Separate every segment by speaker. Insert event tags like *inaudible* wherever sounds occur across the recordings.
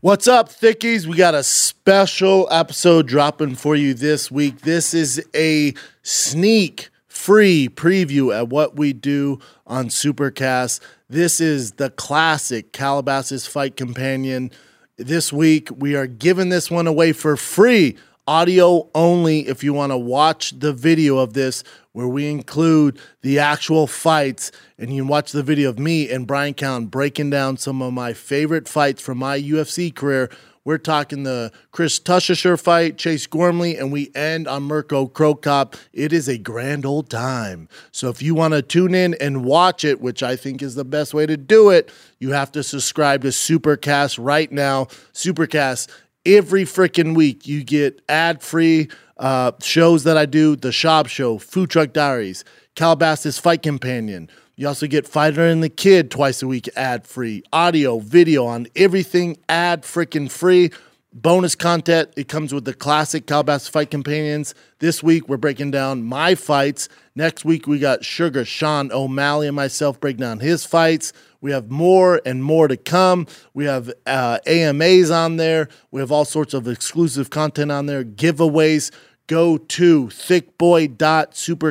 Speaker 1: What's up, Thickies? We got a special episode dropping for you this week. This is a sneak free preview at what we do on Supercast. This is the classic Calabasas Fight Companion. This week, we are giving this one away for free, audio only, if you want to watch the video of this. Where we include the actual fights, and you can watch the video of me and Brian Cowan breaking down some of my favorite fights from my UFC career. We're talking the Chris Tushisher fight, Chase Gormley, and we end on Mirko Krokop. It is a grand old time. So if you want to tune in and watch it, which I think is the best way to do it, you have to subscribe to Supercast right now. Supercast, every freaking week, you get ad free uh, shows that I do the Shop Show, Food Truck Diaries, Calabasas Fight Companion. You also get Fighter and the Kid twice a week ad free, audio, video on everything ad freaking free. Bonus content. It comes with the classic Calabasas Fight Companions. This week we're breaking down my fights. Next week we got Sugar Sean O'Malley and myself breaking down his fights. We have more and more to come. We have uh, AMAs on there. We have all sorts of exclusive content on there, giveaways go to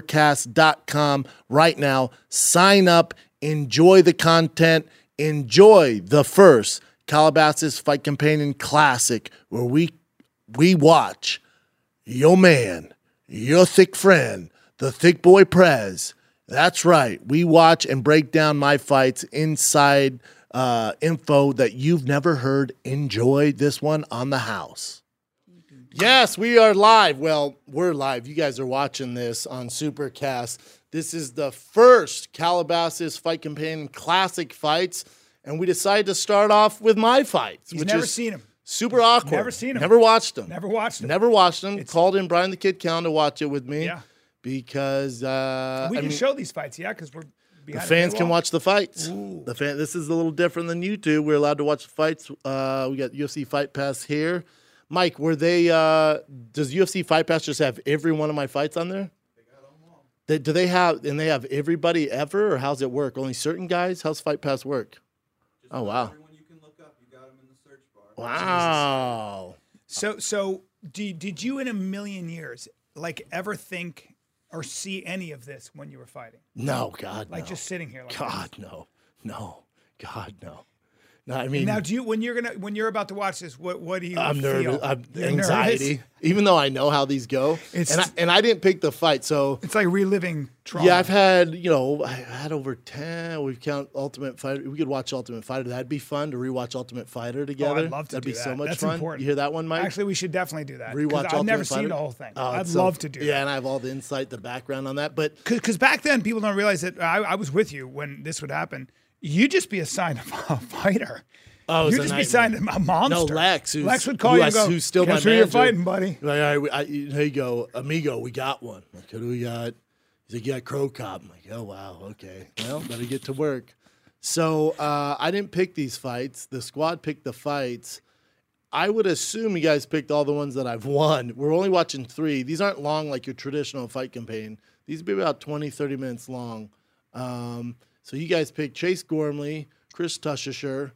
Speaker 1: thickboy.supercast.com right now. Sign up, enjoy the content, enjoy the first Calabasas Fight Companion Classic where we we watch your man, your thick friend, the thick boy Prez. That's right. We watch and break down my fights inside uh, info that you've never heard. Enjoy this one on the house. Yes, we are live. Well, we're live. You guys are watching this on Supercast. This is the first Calabasas Fight Companion Classic fights, and we decided to start off with my fights,
Speaker 2: He's
Speaker 1: which
Speaker 2: never
Speaker 1: is
Speaker 2: seen him.
Speaker 1: super awkward.
Speaker 2: Never seen 'em.
Speaker 1: Never watched them.
Speaker 2: Never watched him.
Speaker 1: Never watched them. Called in Brian the Kid Cowan to watch it with me.
Speaker 2: Yeah.
Speaker 1: Because uh,
Speaker 2: we
Speaker 1: I
Speaker 2: can
Speaker 1: mean,
Speaker 2: show these fights, yeah, because we're
Speaker 1: the
Speaker 2: behind a
Speaker 1: fans
Speaker 2: paywall.
Speaker 1: can watch the fights. The fan. This is a little different than YouTube. We're allowed to watch the fights. Uh, we got UFC Fight Pass here. Mike, were they? Uh, does UFC Fight Pass just have every one of my fights on there? They, do they have and they have everybody ever, or how's it work? Only certain guys? How's Fight Pass work? oh wow! Wow!
Speaker 2: So, so did, did you in a million years like ever think or see any of this when you were fighting?
Speaker 1: No, God,
Speaker 2: Like
Speaker 1: no.
Speaker 2: just sitting here, like
Speaker 1: God, no, no, God, no. No, I mean,
Speaker 2: now. Do you when you're gonna when you're about to watch this? What what do you?
Speaker 1: I'm
Speaker 2: feel?
Speaker 1: nervous. I'm,
Speaker 2: You're nervous?
Speaker 1: anxiety. Even though I know how these go,
Speaker 2: It's-
Speaker 1: and I, and I didn't pick the fight, so
Speaker 2: It's like reliving trauma.
Speaker 1: yeah, I've had you know I had over ten. We count Ultimate Fighter. We could watch Ultimate Fighter. That'd be fun to rewatch Ultimate Fighter
Speaker 2: Oh,
Speaker 1: together.
Speaker 2: I'd love to
Speaker 1: That'd
Speaker 2: do
Speaker 1: be
Speaker 2: that.
Speaker 1: so much
Speaker 2: That's
Speaker 1: fun.
Speaker 2: Important.
Speaker 1: You hear that one, Mike?
Speaker 2: Actually, we should definitely do that. 'cause
Speaker 1: rewatch
Speaker 2: I've never
Speaker 1: Ultimate Fighter.
Speaker 2: seen the whole thing.
Speaker 1: Oh,
Speaker 2: I'd
Speaker 1: it's so-
Speaker 2: love to do.
Speaker 1: Yeah,
Speaker 2: that.
Speaker 1: and I have all the insight, the background on that. But
Speaker 2: because back then people don't realize that I, I was with you when this would happen. You'd just be a sign of *laughs* a fighter.
Speaker 1: Oh, it was
Speaker 2: you'd
Speaker 1: a
Speaker 2: just be
Speaker 1: nightmare.
Speaker 2: signed a monster.
Speaker 1: no, Lex, who's,
Speaker 2: Lex would call
Speaker 1: who
Speaker 2: you
Speaker 1: I-
Speaker 2: and go,
Speaker 1: who's still
Speaker 2: Guess
Speaker 1: my
Speaker 2: who you're
Speaker 1: manager.
Speaker 2: fighting, buddy?
Speaker 1: Like, all right, I, there you go, amigo. We got one. Like, who do we got? He's like, yeah, Crow Cop. I'm like, oh wow, okay. Well, better get to work. So uh, I didn't pick these fights. The squad picked the fights. I would assume you guys picked all the ones that I've won. We're only watching three. These aren't long like your traditional fight campaign. These would be about 20, 30 minutes long. Um, so you guys picked Chase Gormley, Chris Tushisher,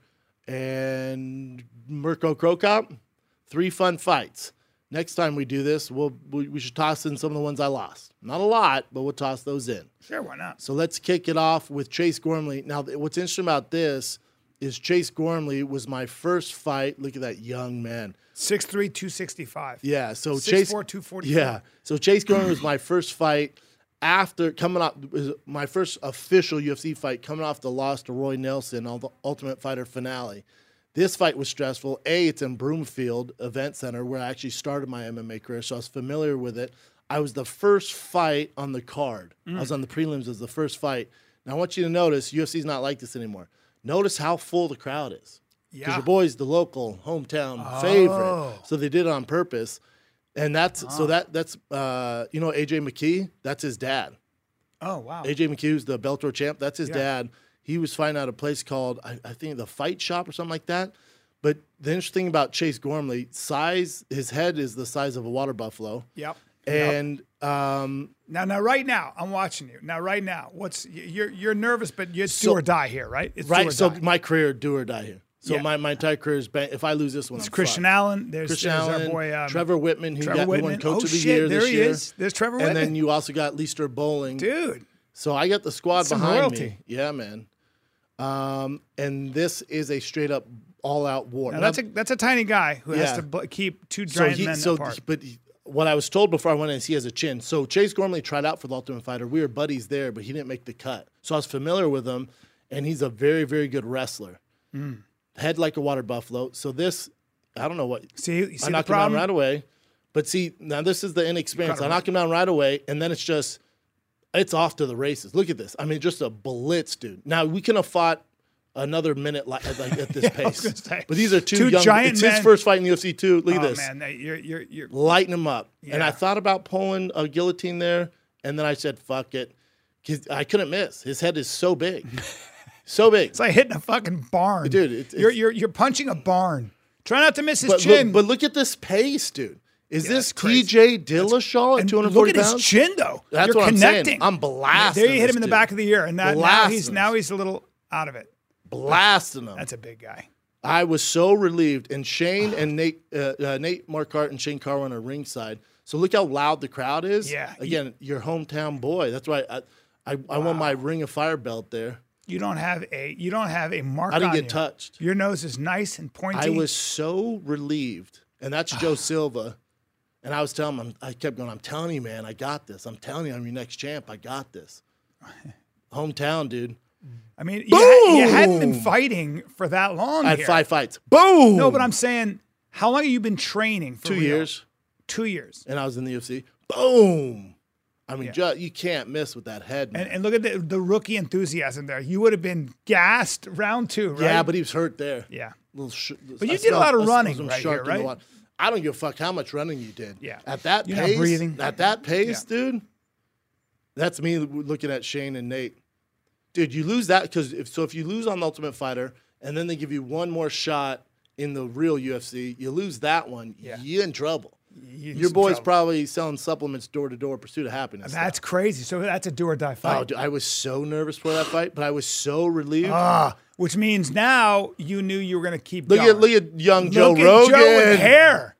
Speaker 1: and Mirko Krokop. Three fun fights. Next time we do this, we'll, we, we should toss in some of the ones I lost. Not a lot, but we'll toss those in.
Speaker 2: Sure, why not?
Speaker 1: So let's kick it off with Chase Gormley. Now, th- what's interesting about this is Chase Gormley was my first fight. Look at that young man.
Speaker 2: Six three two sixty five.
Speaker 1: Yeah. So Chase.
Speaker 2: 6'4", 244.
Speaker 1: Yeah. So Chase Gormley was my first fight after coming off was my first official UFC fight coming off the loss to Roy Nelson on the Ultimate Fighter finale. This fight was stressful. A, it's in Broomfield Event Center where I actually started my MMA career, so I was familiar with it. I was the first fight on the card. I was on the prelims as the first fight. Now I want you to notice UFC's not like this anymore. Notice how full the crowd is. Because
Speaker 2: Yeah. Oh.
Speaker 1: your boy's the local hometown favorite. So they did it on purpose. And that's so that that's uh you know AJ McKee, that's his dad.
Speaker 2: Oh wow.
Speaker 1: AJ McHugh's the Bellator champ. That's his dad. He was fighting out a place called I, I think the Fight Shop or something like that. But the interesting thing about Chase Gormley, size his head is the size of a water buffalo.
Speaker 2: Yep.
Speaker 1: And um,
Speaker 2: Now, now, right now, I'm watching you. Now, right now, what's y- you're you're nervous, but you do or die here, right? It's do or
Speaker 1: right, so
Speaker 2: die.
Speaker 1: my career do or die here. So
Speaker 2: Yeah.
Speaker 1: my, my entire career is bang. If I lose this one,
Speaker 2: It's
Speaker 1: I'm
Speaker 2: Christian
Speaker 1: fucked.
Speaker 2: Allen. There's,
Speaker 1: Christian
Speaker 2: there's
Speaker 1: Allen,
Speaker 2: our boy um,
Speaker 1: Trevor Whitman, who
Speaker 2: Trevor
Speaker 1: got
Speaker 2: Whitman.
Speaker 1: won Coach
Speaker 2: oh,
Speaker 1: of the
Speaker 2: shit,
Speaker 1: Year
Speaker 2: there
Speaker 1: this
Speaker 2: he
Speaker 1: year.
Speaker 2: is. There's Trevor
Speaker 1: And
Speaker 2: Whitman.
Speaker 1: then you also got Leister Bowling.
Speaker 2: Dude,
Speaker 1: So I got the squad
Speaker 3: Some
Speaker 1: behind me.
Speaker 3: royalty.
Speaker 1: Yeah, man. Um, and this is a straight up all out war.
Speaker 2: now
Speaker 1: And
Speaker 2: that's a
Speaker 1: I'm-
Speaker 2: that's a tiny guy who
Speaker 1: Yeah.
Speaker 2: has to bl- keep two
Speaker 1: so
Speaker 2: giant
Speaker 1: he-
Speaker 2: men
Speaker 1: so
Speaker 2: apart.
Speaker 1: he- but he- what I was told before I went in is he has a chin. So Chase Gormley tried out for the Ultimate Fighter. We were buddies there, but he didn't make the cut. So I was familiar with him, and he's a very very good wrestler.
Speaker 2: Mm.
Speaker 1: Head like a water buffalo. So this, I don't know what.
Speaker 2: see, you see
Speaker 1: I
Speaker 2: the
Speaker 1: knock him down
Speaker 2: problem.
Speaker 1: right away. But see, now this is the inexperience. I knock him down right away, and then it's just it's off to the races. Look at this. I mean, just a blitz, dude. Now we can have fought another minute like, like at
Speaker 2: *laughs*
Speaker 1: this pace.
Speaker 2: gonna say,
Speaker 1: But these are two,
Speaker 2: two
Speaker 1: young.
Speaker 2: giant
Speaker 1: it's his
Speaker 2: men.
Speaker 1: first fight in the UFC too. Look at
Speaker 2: oh
Speaker 1: this,
Speaker 2: man, that, you're you're you're
Speaker 1: lighten him up. And I
Speaker 2: Yeah.
Speaker 1: thought about pulling a guillotine there, and then I said, "Fuck it," because I couldn't miss. His head is so
Speaker 2: *laughs*
Speaker 1: big, so big.
Speaker 2: It's like hitting a fucking barn,
Speaker 1: Dude, it's-
Speaker 2: you're
Speaker 1: it's-
Speaker 2: you're you're punching a barn. Try not to miss his
Speaker 1: But
Speaker 2: chin.
Speaker 1: look, but look at this pace, dude. Is this
Speaker 2: that's
Speaker 1: TJ
Speaker 2: crazy.
Speaker 1: Dillashaw at
Speaker 2: And
Speaker 1: 240
Speaker 2: look at
Speaker 1: pounds?
Speaker 2: his chin though.
Speaker 1: That's
Speaker 2: you're
Speaker 1: what I'm saying.
Speaker 2: connecting.
Speaker 1: I'm blasting
Speaker 2: There you hit
Speaker 1: this
Speaker 2: him in the
Speaker 1: dude.
Speaker 2: back of the ear, and that, now
Speaker 1: Blasting
Speaker 2: he's
Speaker 1: him.
Speaker 2: now he's a little out of it.
Speaker 1: blasting them.
Speaker 2: That's a big guy.
Speaker 1: I was so relieved, and
Speaker 2: *sighs*
Speaker 1: Shane and Nate, uh, uh, Nate Markart and Shane Carwin are ringside. So look how loud the crowd is.
Speaker 2: Yeah.
Speaker 1: Again, your hometown boy. That's why I, I, I won my Ring of Fire belt there.
Speaker 2: You don't have a you don't have a mark.
Speaker 1: I didn't
Speaker 2: on
Speaker 1: get
Speaker 2: you.
Speaker 1: touched.
Speaker 2: Your nose is nice and pointy.
Speaker 1: I was so relieved, and that's
Speaker 2: *sighs*
Speaker 1: Joe Silva. And I was telling him, I kept going, I'm telling you, man, I got this. I'm telling you, I'm your next champ. I got
Speaker 2: *laughs*
Speaker 1: this. Hometown, dude.
Speaker 2: I mean, you, ha- you hadn't been
Speaker 1: Boom!
Speaker 2: fighting for that long.
Speaker 1: I had
Speaker 2: here.
Speaker 1: five fights. Boom.
Speaker 2: No, but I'm saying, how long have you been training? For
Speaker 1: two
Speaker 2: real?
Speaker 1: years.
Speaker 2: Two years.
Speaker 1: and I was in the UFC. Boom! I mean, ju- you can't miss with that head, man.
Speaker 2: And, and look at the, the rookie enthusiasm there. You would have been gassed round two, right?
Speaker 1: Yeah, but he was hurt there.
Speaker 2: yeah.
Speaker 1: Little sh- but
Speaker 2: you did a lot of running right here, right?
Speaker 1: I don't give a fuck how much running you did.
Speaker 2: Yeah.
Speaker 1: At that
Speaker 2: You're not
Speaker 1: pace,
Speaker 2: breathing.
Speaker 1: at that pace, dude. That's me looking at Shane and Nate. Dude, you lose that because if so, if you lose on the Ultimate Fighter and then they give you one more shot in the real UFC, you lose that one, you're in trouble.
Speaker 2: You-
Speaker 1: Your boy's
Speaker 2: trouble.
Speaker 1: probably selling supplements door to door, pursuit of happiness.
Speaker 2: That's crazy. So that's a do or die
Speaker 1: Oh,
Speaker 2: fight.
Speaker 1: dude, I was so nervous for that fight, but I was so relieved.
Speaker 2: Ah, which means now you knew you were going to keep
Speaker 1: look
Speaker 2: going.
Speaker 1: at look at young Joe
Speaker 2: Look at
Speaker 1: Rogan.
Speaker 2: Joe with hair.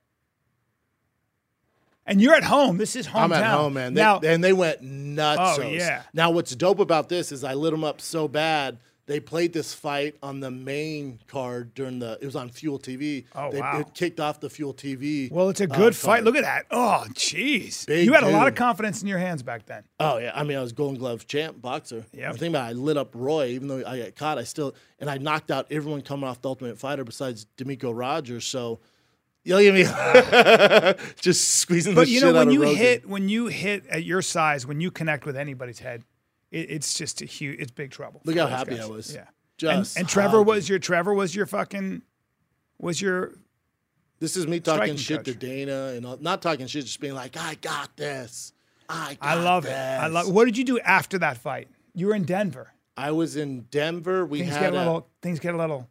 Speaker 2: And you're at home. This is hometown.
Speaker 1: I'm at home, man. They,
Speaker 2: now,
Speaker 1: and they went nuts.
Speaker 2: Oh, yeah.
Speaker 1: Now, what's dope about this is I lit them up so bad. They played this fight on the main card during the. It was on Fuel TV.
Speaker 2: Oh,
Speaker 1: they,
Speaker 2: wow.
Speaker 1: It kicked off the Fuel TV.
Speaker 2: well, it's a
Speaker 1: uh,
Speaker 2: good fight.
Speaker 1: card.
Speaker 2: Look at that. Oh, jeez.
Speaker 1: Big
Speaker 2: You had a lot of
Speaker 1: dude.
Speaker 2: confidence in your hands back then.
Speaker 1: Oh yeah, I mean I was Golden Glove champ boxer.
Speaker 2: Yep.
Speaker 1: I'm thinking about it, I lit up Roy, even though I got caught. I still and I knocked out everyone coming off the Ultimate Fighter besides D'Amico Rogers. So you'll give me *laughs* just squeezing
Speaker 2: But
Speaker 1: the
Speaker 2: you
Speaker 1: shit
Speaker 2: know,
Speaker 1: out
Speaker 2: when
Speaker 1: of
Speaker 2: you
Speaker 1: Rogan.
Speaker 2: hit, when you hit at your size, when you connect with anybody's head, it, it's just a huge, it's big trouble.
Speaker 1: Look
Speaker 2: for
Speaker 1: how
Speaker 2: those
Speaker 1: happy
Speaker 2: guys.
Speaker 1: I was.
Speaker 2: Yeah. And,
Speaker 1: Just
Speaker 2: and Trevor
Speaker 1: happy.
Speaker 2: was your Trevor was your fucking was your
Speaker 1: This is me talking
Speaker 2: striking
Speaker 1: shit to
Speaker 2: coach.
Speaker 1: Dana and all, not talking shit, just being like, I got this. I got
Speaker 2: I love it. I
Speaker 1: this."
Speaker 2: love what did you do after that fight? You were in Denver.
Speaker 1: I was in Denver. We
Speaker 2: Things
Speaker 1: had
Speaker 2: get a
Speaker 1: a,
Speaker 2: little things get a little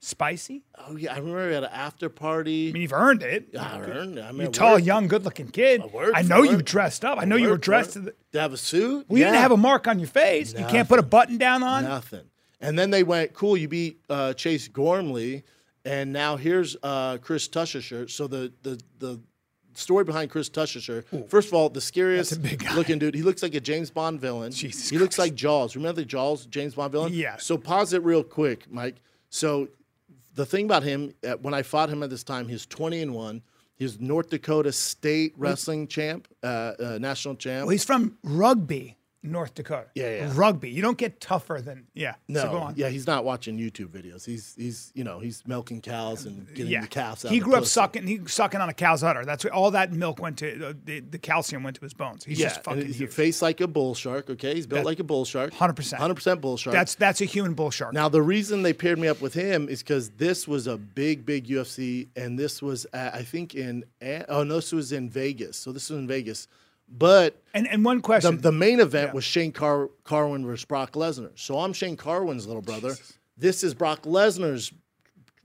Speaker 2: spicy.
Speaker 1: oh yeah, I remember we had an after party.
Speaker 2: I mean, you've earned it.
Speaker 1: I earned. I mean,
Speaker 2: You're
Speaker 1: it
Speaker 2: tall,
Speaker 1: worked.
Speaker 2: young, good looking kid.
Speaker 1: word
Speaker 2: I
Speaker 1: for
Speaker 2: know you
Speaker 1: it.
Speaker 2: dressed up. I know you were
Speaker 1: Worked,
Speaker 2: dressed.
Speaker 1: worked.
Speaker 2: To the,
Speaker 1: to have a suit.
Speaker 2: well, you
Speaker 1: Yeah.
Speaker 2: didn't have a mark on your face. You can't put a button down on.
Speaker 1: nothing. And then they went, cool, you beat uh, Chase Gormley, and now here's uh, Chris Tushisher. So the the the story behind Chris Tushisher. First of all, the scariest
Speaker 2: big guy.
Speaker 1: looking dude. He looks like a James Bond villain.
Speaker 2: Jesus
Speaker 1: he looks like Jaws. Remember the Jaws James Bond villain?
Speaker 2: Yeah.
Speaker 1: So pause it real quick, Mike. So the thing about him, uh, when I fought him at this time, he's twenty and one. He's North Dakota State wrestling champ, uh, uh, national champ.
Speaker 2: Well, he's from Rugby, North Dakota.
Speaker 1: Yeah, yeah.
Speaker 2: Rugby. You don't get tougher than yeah.
Speaker 1: No,
Speaker 2: so go on.
Speaker 1: yeah, he's not watching YouTube videos. He's he's you know he's milking cows and getting
Speaker 2: Yeah.
Speaker 1: the calves out.
Speaker 2: he
Speaker 1: of the
Speaker 2: grew up
Speaker 1: pussy.
Speaker 2: sucking. He was sucking on a cow's udder. That's where all that milk went to. uh, The, the calcium went to his bones. He's
Speaker 1: Yeah,
Speaker 2: just
Speaker 1: and
Speaker 2: fucking
Speaker 1: he's a
Speaker 2: huge.
Speaker 1: face like a bull shark. Okay, he's built like a bull shark.
Speaker 2: 100%.
Speaker 1: hundred percent bull shark.
Speaker 2: That's that's a human bull shark.
Speaker 1: now the reason they paired me up with him is because this was a big, big UFC, and this was at, I think in An- oh no, this was in Vegas. So this was in Vegas, but
Speaker 2: and and one
Speaker 1: the,
Speaker 2: question.
Speaker 1: the main event was Shane Car- Carwin versus Brock Lesnar. So I'm Shane Carwin's little brother. This is Brock Lesnar's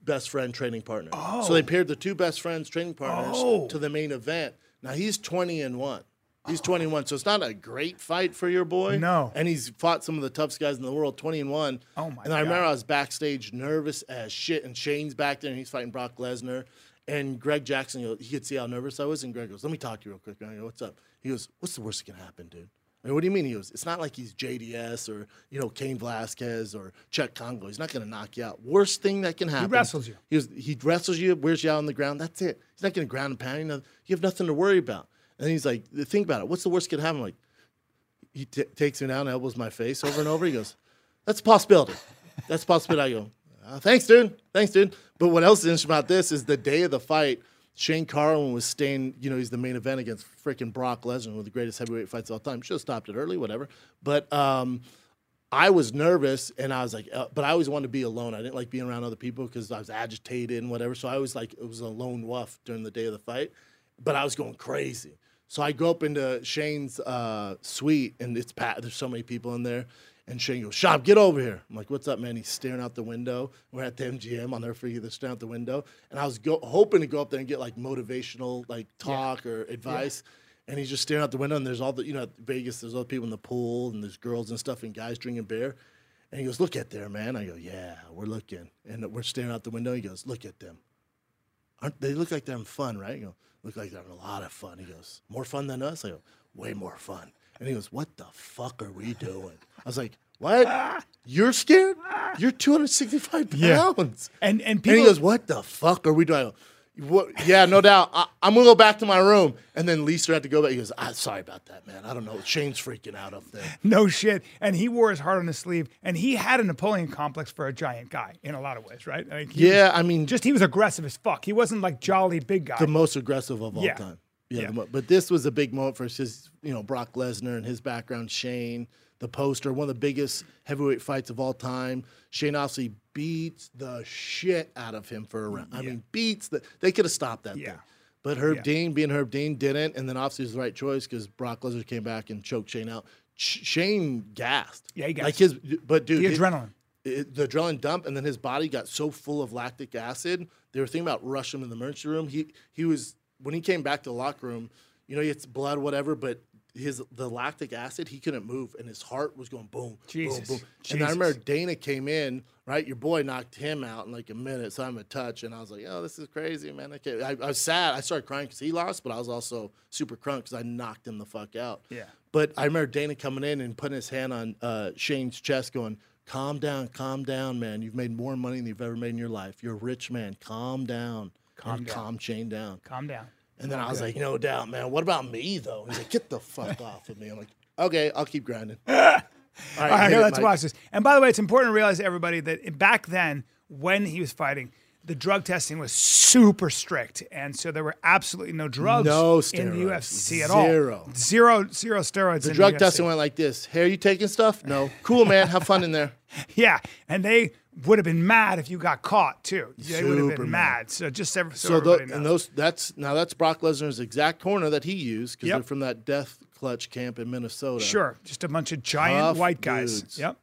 Speaker 1: best friend training partner. So they paired the two best friends training partners
Speaker 2: Oh.
Speaker 1: to the main event. Now he's 20 and 1. He's 21, so it's not a great fight for your boy.
Speaker 2: No.
Speaker 1: and he's fought some of the toughest guys in the world, 20 and one.
Speaker 2: Oh, my
Speaker 1: And I remember
Speaker 2: God.
Speaker 1: I was backstage, nervous as shit, and Shane's back there, and he's fighting Brock Lesnar. And Greg Jackson, you know, he could see how nervous I was, and Greg goes, "Let me talk to you real quick." And I go, "What's up?" He goes, "What's the worst that can happen, dude?" I mean, what do you mean? He goes, "It's not like he's JDS or you know Kane Velasquez or Chuck Congo. He's not going to knock you out. Worst thing that can happen."
Speaker 2: wrestles you.
Speaker 1: He was, he wrestles you, wears you out on the ground. That's it. He's not going to ground and pound you. nothing. You have nothing to worry about. And he's like, think about it. What's the worst that could happen? I'm like, he t- takes me down, and elbows my face over and over. He goes, that's a possibility. That's a possibility. I go, "Uh, thanks, dude. Thanks, dude. But what else is interesting about this is the day of the fight, Shane Carlin was staying, you know, he's the main event against freaking Brock Lesnar, one of the greatest heavyweight fights of all time. Should have stopped it early, whatever. But um, I was nervous and I was like, uh, but I always wanted to be alone. I didn't like being around other people because I was agitated and whatever. So I was like, it was a lone wolf during the day of the fight, but I was going crazy. So I go up into Shane's uh, suite and it's packed. There's so many people in there. And Shane goes, Shop, get over here. I'm like, what's up, man? He's staring out the window. We're at the MGM. I'll never forget. They're staring out the window. And I was go- hoping to go up there and get like motivational, like talk or advice and he's just staring out the window. And there's all the you know at Vegas. There's other people in the pool, and there's girls and stuff, and guys drinking beer. And he goes, "Look at there, man." I go, "Yeah, we're looking." And we're staring out the window. He goes, "Look at them. Aren't they look like they're having fun, right?" I go, "Look like they're having a lot of fun." He goes, "More fun than us." I go, "Way more fun." And he goes, "What the fuck are we doing?" I was like, "What? You're scared? You're 265
Speaker 2: Yeah.
Speaker 1: pounds."
Speaker 2: And and
Speaker 1: And
Speaker 2: people
Speaker 1: he goes, "What the fuck are we doing?" I go, What? Yeah, no doubt. I, I'm gonna go back to my room, and then Lisa had to go back. He goes, "I'm sorry about that, man. I don't know. Shane's freaking out up there."
Speaker 2: no shit. And he wore his heart on his sleeve. And he had a Napoleon complex for a giant guy in a lot of ways, right? Like he was-
Speaker 1: Yeah, I mean, just
Speaker 2: just he was aggressive as fuck. He wasn't like jolly big guy.
Speaker 1: the most aggressive of all
Speaker 2: Yeah.
Speaker 1: time. Yeah,
Speaker 2: Yeah.
Speaker 1: the mo- but this was a big moment for us. Just you know, Brock Lesnar and his background, Shane, the poster, one of the biggest heavyweight fights of all time. Shane obviously beats the shit out of him for a round. I mean, beats the. They could have stopped that.
Speaker 2: Yeah.
Speaker 1: Thing. But Herb Dean, being Herb Dean, didn't, and then obviously it was the right choice because Brock Lesnar came back and choked Shane out. Sh- Shane gassed.
Speaker 2: Yeah, he gassed.
Speaker 1: Like his, but dude,
Speaker 2: the
Speaker 1: his-
Speaker 2: adrenaline.
Speaker 1: it, the adrenaline dump, and then his body got so full of lactic acid. They were thinking about rushing him in the emergency room. He he was when he came back to the locker room. You know, he gets blood, whatever, but his the lactic acid he couldn't move, and his heart was going boom,
Speaker 2: Jesus.
Speaker 1: boom, boom. And I
Speaker 2: Jesus.
Speaker 1: remember Dana came in. Right, your boy knocked him out in like a minute, so I'm a touch, and I was like, "Oh, this is crazy, man!" I, can't. I, I was sad. I started crying because he lost, but I was also super crunk because I knocked him the fuck out.
Speaker 2: Yeah.
Speaker 1: But I remember Dana coming in and putting his hand on uh, Shane's chest, going, "Calm down, calm down, man. You've made more money than you've ever made in your life. You're a rich man. Calm down, calm,
Speaker 2: down.
Speaker 1: calm Shane down."
Speaker 2: Calm down.
Speaker 1: And then I was like, "No doubt, man. What about me, though?" He's like, "Get the fuck off of me." I'm like, "Okay, I'll keep
Speaker 2: *laughs*
Speaker 1: grinding." All right,
Speaker 2: All right,
Speaker 1: hit
Speaker 2: here,
Speaker 1: it,
Speaker 2: let's
Speaker 1: Mike.
Speaker 2: watch this. And by the way, it's important to realize, everybody, that back then, when he was fighting, the drug testing was super strict, and so there were absolutely no drugs
Speaker 1: No
Speaker 2: in the
Speaker 1: steroids.
Speaker 2: UFC at
Speaker 1: Zero.
Speaker 2: all. Zero, zero steroids. in
Speaker 1: Drug
Speaker 2: the UFC.
Speaker 1: testing went like this. Hey, are you taking stuff?
Speaker 2: *laughs*
Speaker 1: No. Cool, man. Have fun in there.
Speaker 2: Yeah, and they would have been mad if you got caught too. They would have
Speaker 1: Super
Speaker 2: been
Speaker 1: mad.
Speaker 2: mad. So just every, so,
Speaker 1: So tho-
Speaker 2: *laughs* everybody knows.
Speaker 1: and those that's now that's Brock Lesnar's exact corner that he used because
Speaker 2: Yep.
Speaker 1: they're from that death clutch camp in Minnesota.
Speaker 2: Sure, just a bunch of giant
Speaker 1: Tough
Speaker 2: white guys.
Speaker 1: dudes.
Speaker 2: Yep,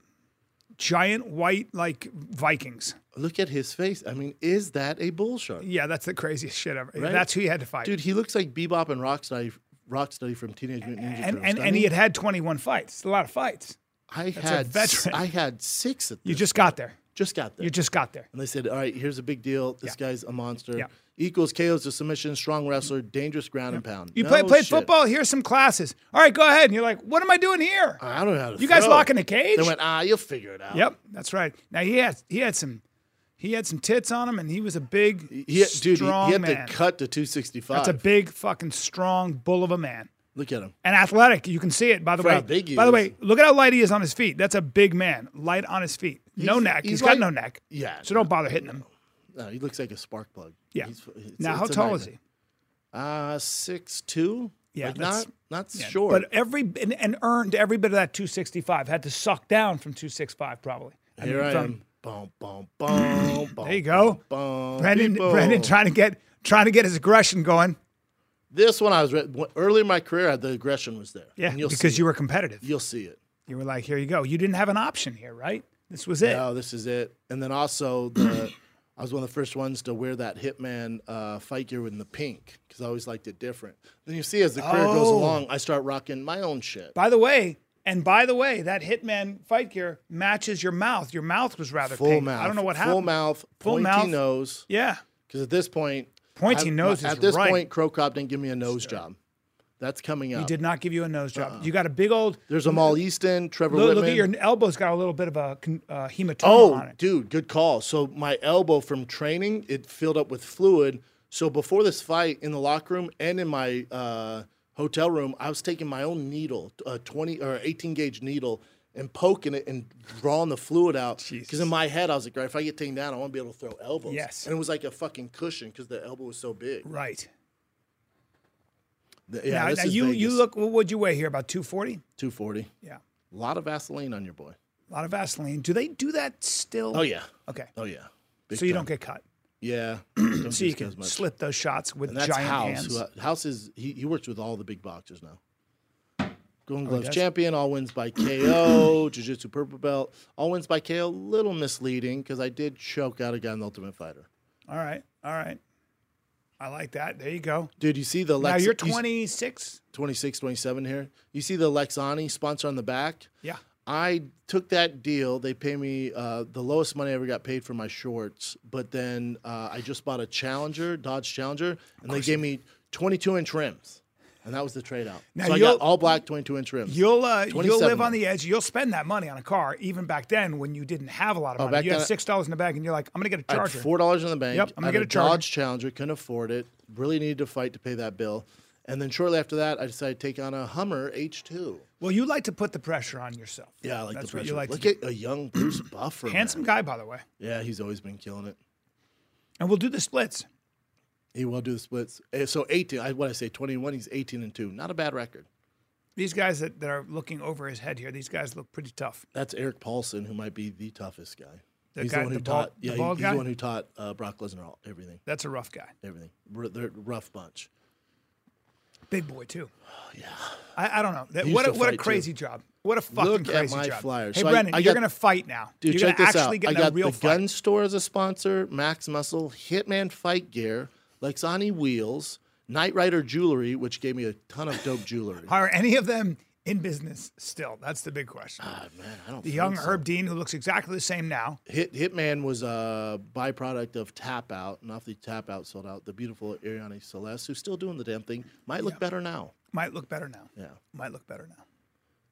Speaker 2: giant white like Vikings.
Speaker 1: Look at his face. I mean, is that a bull shark?
Speaker 2: Yeah, that's the craziest shit ever. That's who you had to fight.
Speaker 1: Dude, he looks like Bebop and Rocksteady, Rocksteady from Teenage Mutant Ninja
Speaker 2: and
Speaker 1: Turtles.
Speaker 2: and,
Speaker 1: doesn't
Speaker 2: and he had had 21 fights. It's a lot of fights.
Speaker 1: I had s-
Speaker 2: veteran.
Speaker 1: I had six at
Speaker 2: You
Speaker 1: this.
Speaker 2: just got there.
Speaker 1: just got there.
Speaker 2: You just got there.
Speaker 1: and they said, "All right, here's a big deal. This guy's a monster.
Speaker 2: Yeah.
Speaker 1: Equals KOs to submission, strong wrestler, dangerous ground and pound.
Speaker 2: You play,
Speaker 1: No
Speaker 2: played
Speaker 1: shit.
Speaker 2: football. Here's some classes. All right, go ahead. And you're like, what am I doing here?
Speaker 1: I don't know how to.
Speaker 2: You guys
Speaker 1: throw.
Speaker 2: lock in a cage?
Speaker 1: Uh, They went, ah, you'll figure it out.
Speaker 2: Yep, that's right. Now he had he had some he had some tits on him, and he was a big
Speaker 1: He had, dude, he,
Speaker 2: strong
Speaker 1: he had
Speaker 2: man.
Speaker 1: to cut to 265.
Speaker 2: That's a big fucking strong bull of a man.
Speaker 1: Look at him.
Speaker 2: And athletic, you can see it by the way.
Speaker 1: how big he
Speaker 2: by the
Speaker 1: is.
Speaker 2: way, look at how light he is on his feet. That's a big man, light on his feet. No
Speaker 1: He's-
Speaker 2: neck.
Speaker 1: he's
Speaker 2: he's got
Speaker 1: like-
Speaker 2: no neck.
Speaker 1: Yeah.
Speaker 2: So don't bother hitting him.
Speaker 1: no, he looks like a spark plug.
Speaker 2: Yeah.
Speaker 1: He's- it's-
Speaker 2: now, how
Speaker 1: it's a
Speaker 2: tall is
Speaker 1: nightmare.
Speaker 2: he?
Speaker 1: Uh, six two.
Speaker 2: Yeah,
Speaker 1: like
Speaker 2: that's-
Speaker 1: not not
Speaker 2: Yeah,
Speaker 1: short.
Speaker 2: But every and, and earned every bit of that 265 had to suck down from 265 probably. I
Speaker 1: Here
Speaker 2: mean,
Speaker 1: I
Speaker 2: from-
Speaker 1: am. Boom, boom,
Speaker 2: *clears throat*
Speaker 1: boom, boom. There
Speaker 2: you go.
Speaker 1: Boom,
Speaker 2: Brendan,
Speaker 1: people.
Speaker 2: Brendan trying to get trying to get his aggression going.
Speaker 1: this one I was re- w- early in my career. The aggression was there.
Speaker 2: Yeah,
Speaker 1: and you'll
Speaker 2: because
Speaker 1: see
Speaker 2: you
Speaker 1: it.
Speaker 2: were competitive.
Speaker 1: you'll see it.
Speaker 2: You were like, here you go. You didn't have an option here, right? This was it. *clears throat*
Speaker 1: Oh, this is it. And then also the I was one of the first ones to wear that Hitman uh, fight gear in the pink because I always liked it different. Then you see, as the career goes
Speaker 2: Oh.
Speaker 1: along, I start rocking my own shit.
Speaker 2: By the way, and by the way, that Hitman fight gear matches your mouth. Your mouth was rather
Speaker 1: Full
Speaker 2: pink.
Speaker 1: mouth.
Speaker 2: I don't know what happened.
Speaker 1: Full mouth,
Speaker 2: Full
Speaker 1: pointy
Speaker 2: mouth.
Speaker 1: nose.
Speaker 2: Yeah.
Speaker 1: Because at this point,
Speaker 2: Pointy
Speaker 1: I-
Speaker 2: nose
Speaker 1: At
Speaker 2: is
Speaker 1: this
Speaker 2: right.
Speaker 1: point, Crow Cop didn't give me a nose job. That's coming up.
Speaker 2: Did not give you a nose job.
Speaker 1: Uh-uh.
Speaker 2: You got a big old.
Speaker 1: There's Amal Easton, Trevor
Speaker 2: Look,
Speaker 1: Whitman.
Speaker 2: look at your elbows. Got a little bit of a con- uh, hematoma on
Speaker 1: Oh,
Speaker 2: it.
Speaker 1: dude, good call. So my elbow from training, it filled up with fluid. So before this fight in the locker room and in my uh, hotel room, I was taking my own needle, a 20 or 18 gauge needle, and poking it and drawing the fluid out. Because in my head, I was like, right, if I get taken down, I want to be able to throw elbows.
Speaker 2: Yes.
Speaker 1: And it was like a fucking cushion because the elbow was so big.
Speaker 2: Right.
Speaker 1: Th- Yeah,
Speaker 2: now,
Speaker 1: this
Speaker 2: now
Speaker 1: is
Speaker 2: you you
Speaker 1: Vegas.
Speaker 2: look. What would you weigh here? About two forty.
Speaker 1: 240.
Speaker 2: Yeah.
Speaker 1: A lot of Vaseline on your boy.
Speaker 2: A lot of Vaseline. Do they do that still?
Speaker 1: Oh, yeah.
Speaker 2: Okay.
Speaker 1: Oh, yeah. Big
Speaker 2: so you
Speaker 1: time.
Speaker 2: don't get cut. *clears throat*
Speaker 1: Yeah. Don't
Speaker 2: So you
Speaker 1: discuss
Speaker 2: can
Speaker 1: much.
Speaker 2: slip those shots with
Speaker 1: And that's
Speaker 2: giant
Speaker 1: House.
Speaker 2: hands.
Speaker 1: who- uh, House is he, he works with all the big boxers now. Golden Gloves
Speaker 2: Oh, does?
Speaker 1: champion, all wins by
Speaker 2: *clears throat*
Speaker 1: KO, Jiu Jitsu purple belt, all wins by KO. Little misleading because I did choke out a guy in the Ultimate Fighter.
Speaker 2: all right. All right. I like that. There you go.
Speaker 1: Dude, you see the Lex,
Speaker 2: now you're
Speaker 1: you s-
Speaker 2: 26.
Speaker 1: 26, 27 here. You see the Lexani sponsor on the back.
Speaker 2: Yeah.
Speaker 1: I took that deal. They pay me uh, the lowest money I ever got paid for my shorts, but then uh, I just bought a Challenger, Dodge Challenger, and they gave me 22 inch rims, and that was the trade out.
Speaker 2: Now
Speaker 1: so I got
Speaker 2: you'll-
Speaker 1: all black 22 inch rims.
Speaker 2: You'll uh, you'll
Speaker 1: 27
Speaker 2: live on the edge. You'll spend that money on a car, even back then when you didn't have a lot of money.
Speaker 1: Oh, back
Speaker 2: you had
Speaker 1: then I-
Speaker 2: six dollars in the bag, and you're like, I'm gonna get a
Speaker 1: I had
Speaker 2: charger.
Speaker 1: four dollars in the bank.
Speaker 2: Yep, I'm gonna
Speaker 1: I had
Speaker 2: get a Charger.
Speaker 1: Dodge Challenger. Couldn't afford it. Really needed to fight to pay that bill. And then shortly after that, I decided to take on a Hummer H2.
Speaker 2: well, you like to put the pressure on yourself.
Speaker 1: Yeah, I like
Speaker 2: That's
Speaker 1: the
Speaker 2: what
Speaker 1: pressure.
Speaker 2: you like to
Speaker 1: Look at a young Bruce Buffer. man.
Speaker 2: Handsome guy, by the way.
Speaker 1: Yeah, he's always been killing it.
Speaker 2: And we'll do the splits.
Speaker 1: He will do the splits. Eh, So 18, I, what I say, 21, he's 18 and 2. Not a bad record.
Speaker 2: These guys that, that are looking over his head here, these guys look pretty tough.
Speaker 1: That's Eric Paulson, who might be the toughest guy.
Speaker 2: The
Speaker 1: he's
Speaker 2: guy-
Speaker 1: the one
Speaker 2: the
Speaker 1: who
Speaker 2: bald-
Speaker 1: taught.
Speaker 2: the
Speaker 1: Yeah, he-
Speaker 2: bald
Speaker 1: he's
Speaker 2: guy?
Speaker 1: the one who taught uh, Brock Lesnar all, everything.
Speaker 2: That's a rough guy.
Speaker 1: Everything. R- they're rough bunch.
Speaker 2: Big
Speaker 1: *sighs*
Speaker 2: boy too. yeah. I, I don't know. That-
Speaker 1: used
Speaker 2: what a,
Speaker 1: to
Speaker 2: what
Speaker 1: fight,
Speaker 2: a
Speaker 1: too.
Speaker 2: crazy job. What a fucking
Speaker 1: Look at
Speaker 2: crazy
Speaker 1: my
Speaker 2: job.
Speaker 1: flyer.
Speaker 2: Hey
Speaker 1: So I-
Speaker 2: Brennan,
Speaker 1: I
Speaker 2: you're
Speaker 1: got-
Speaker 2: gonna fight now.
Speaker 1: Dude,
Speaker 2: you're
Speaker 1: check
Speaker 2: gonna
Speaker 1: this
Speaker 2: actually
Speaker 1: out.
Speaker 2: get
Speaker 1: I
Speaker 2: in a
Speaker 1: got
Speaker 2: real
Speaker 1: the
Speaker 2: fight.
Speaker 1: gun store as a sponsor, Max Muscle, Hitman Fight Gear, Lexani Wheels, Knight Rider Jewelry, which gave me a ton of dope jewelry.
Speaker 2: Are any of them in business still? That's the big question.
Speaker 1: God, man, I don't
Speaker 2: the young Herb Dean, who looks exactly the same now.
Speaker 1: Hit Hitman was a byproduct of Tap Out, and off the Tap Out sold out the beautiful Ariane Celeste, who's still doing the damn thing. Might look better now.
Speaker 2: Might look better now.
Speaker 1: Yeah,
Speaker 2: Might look better now.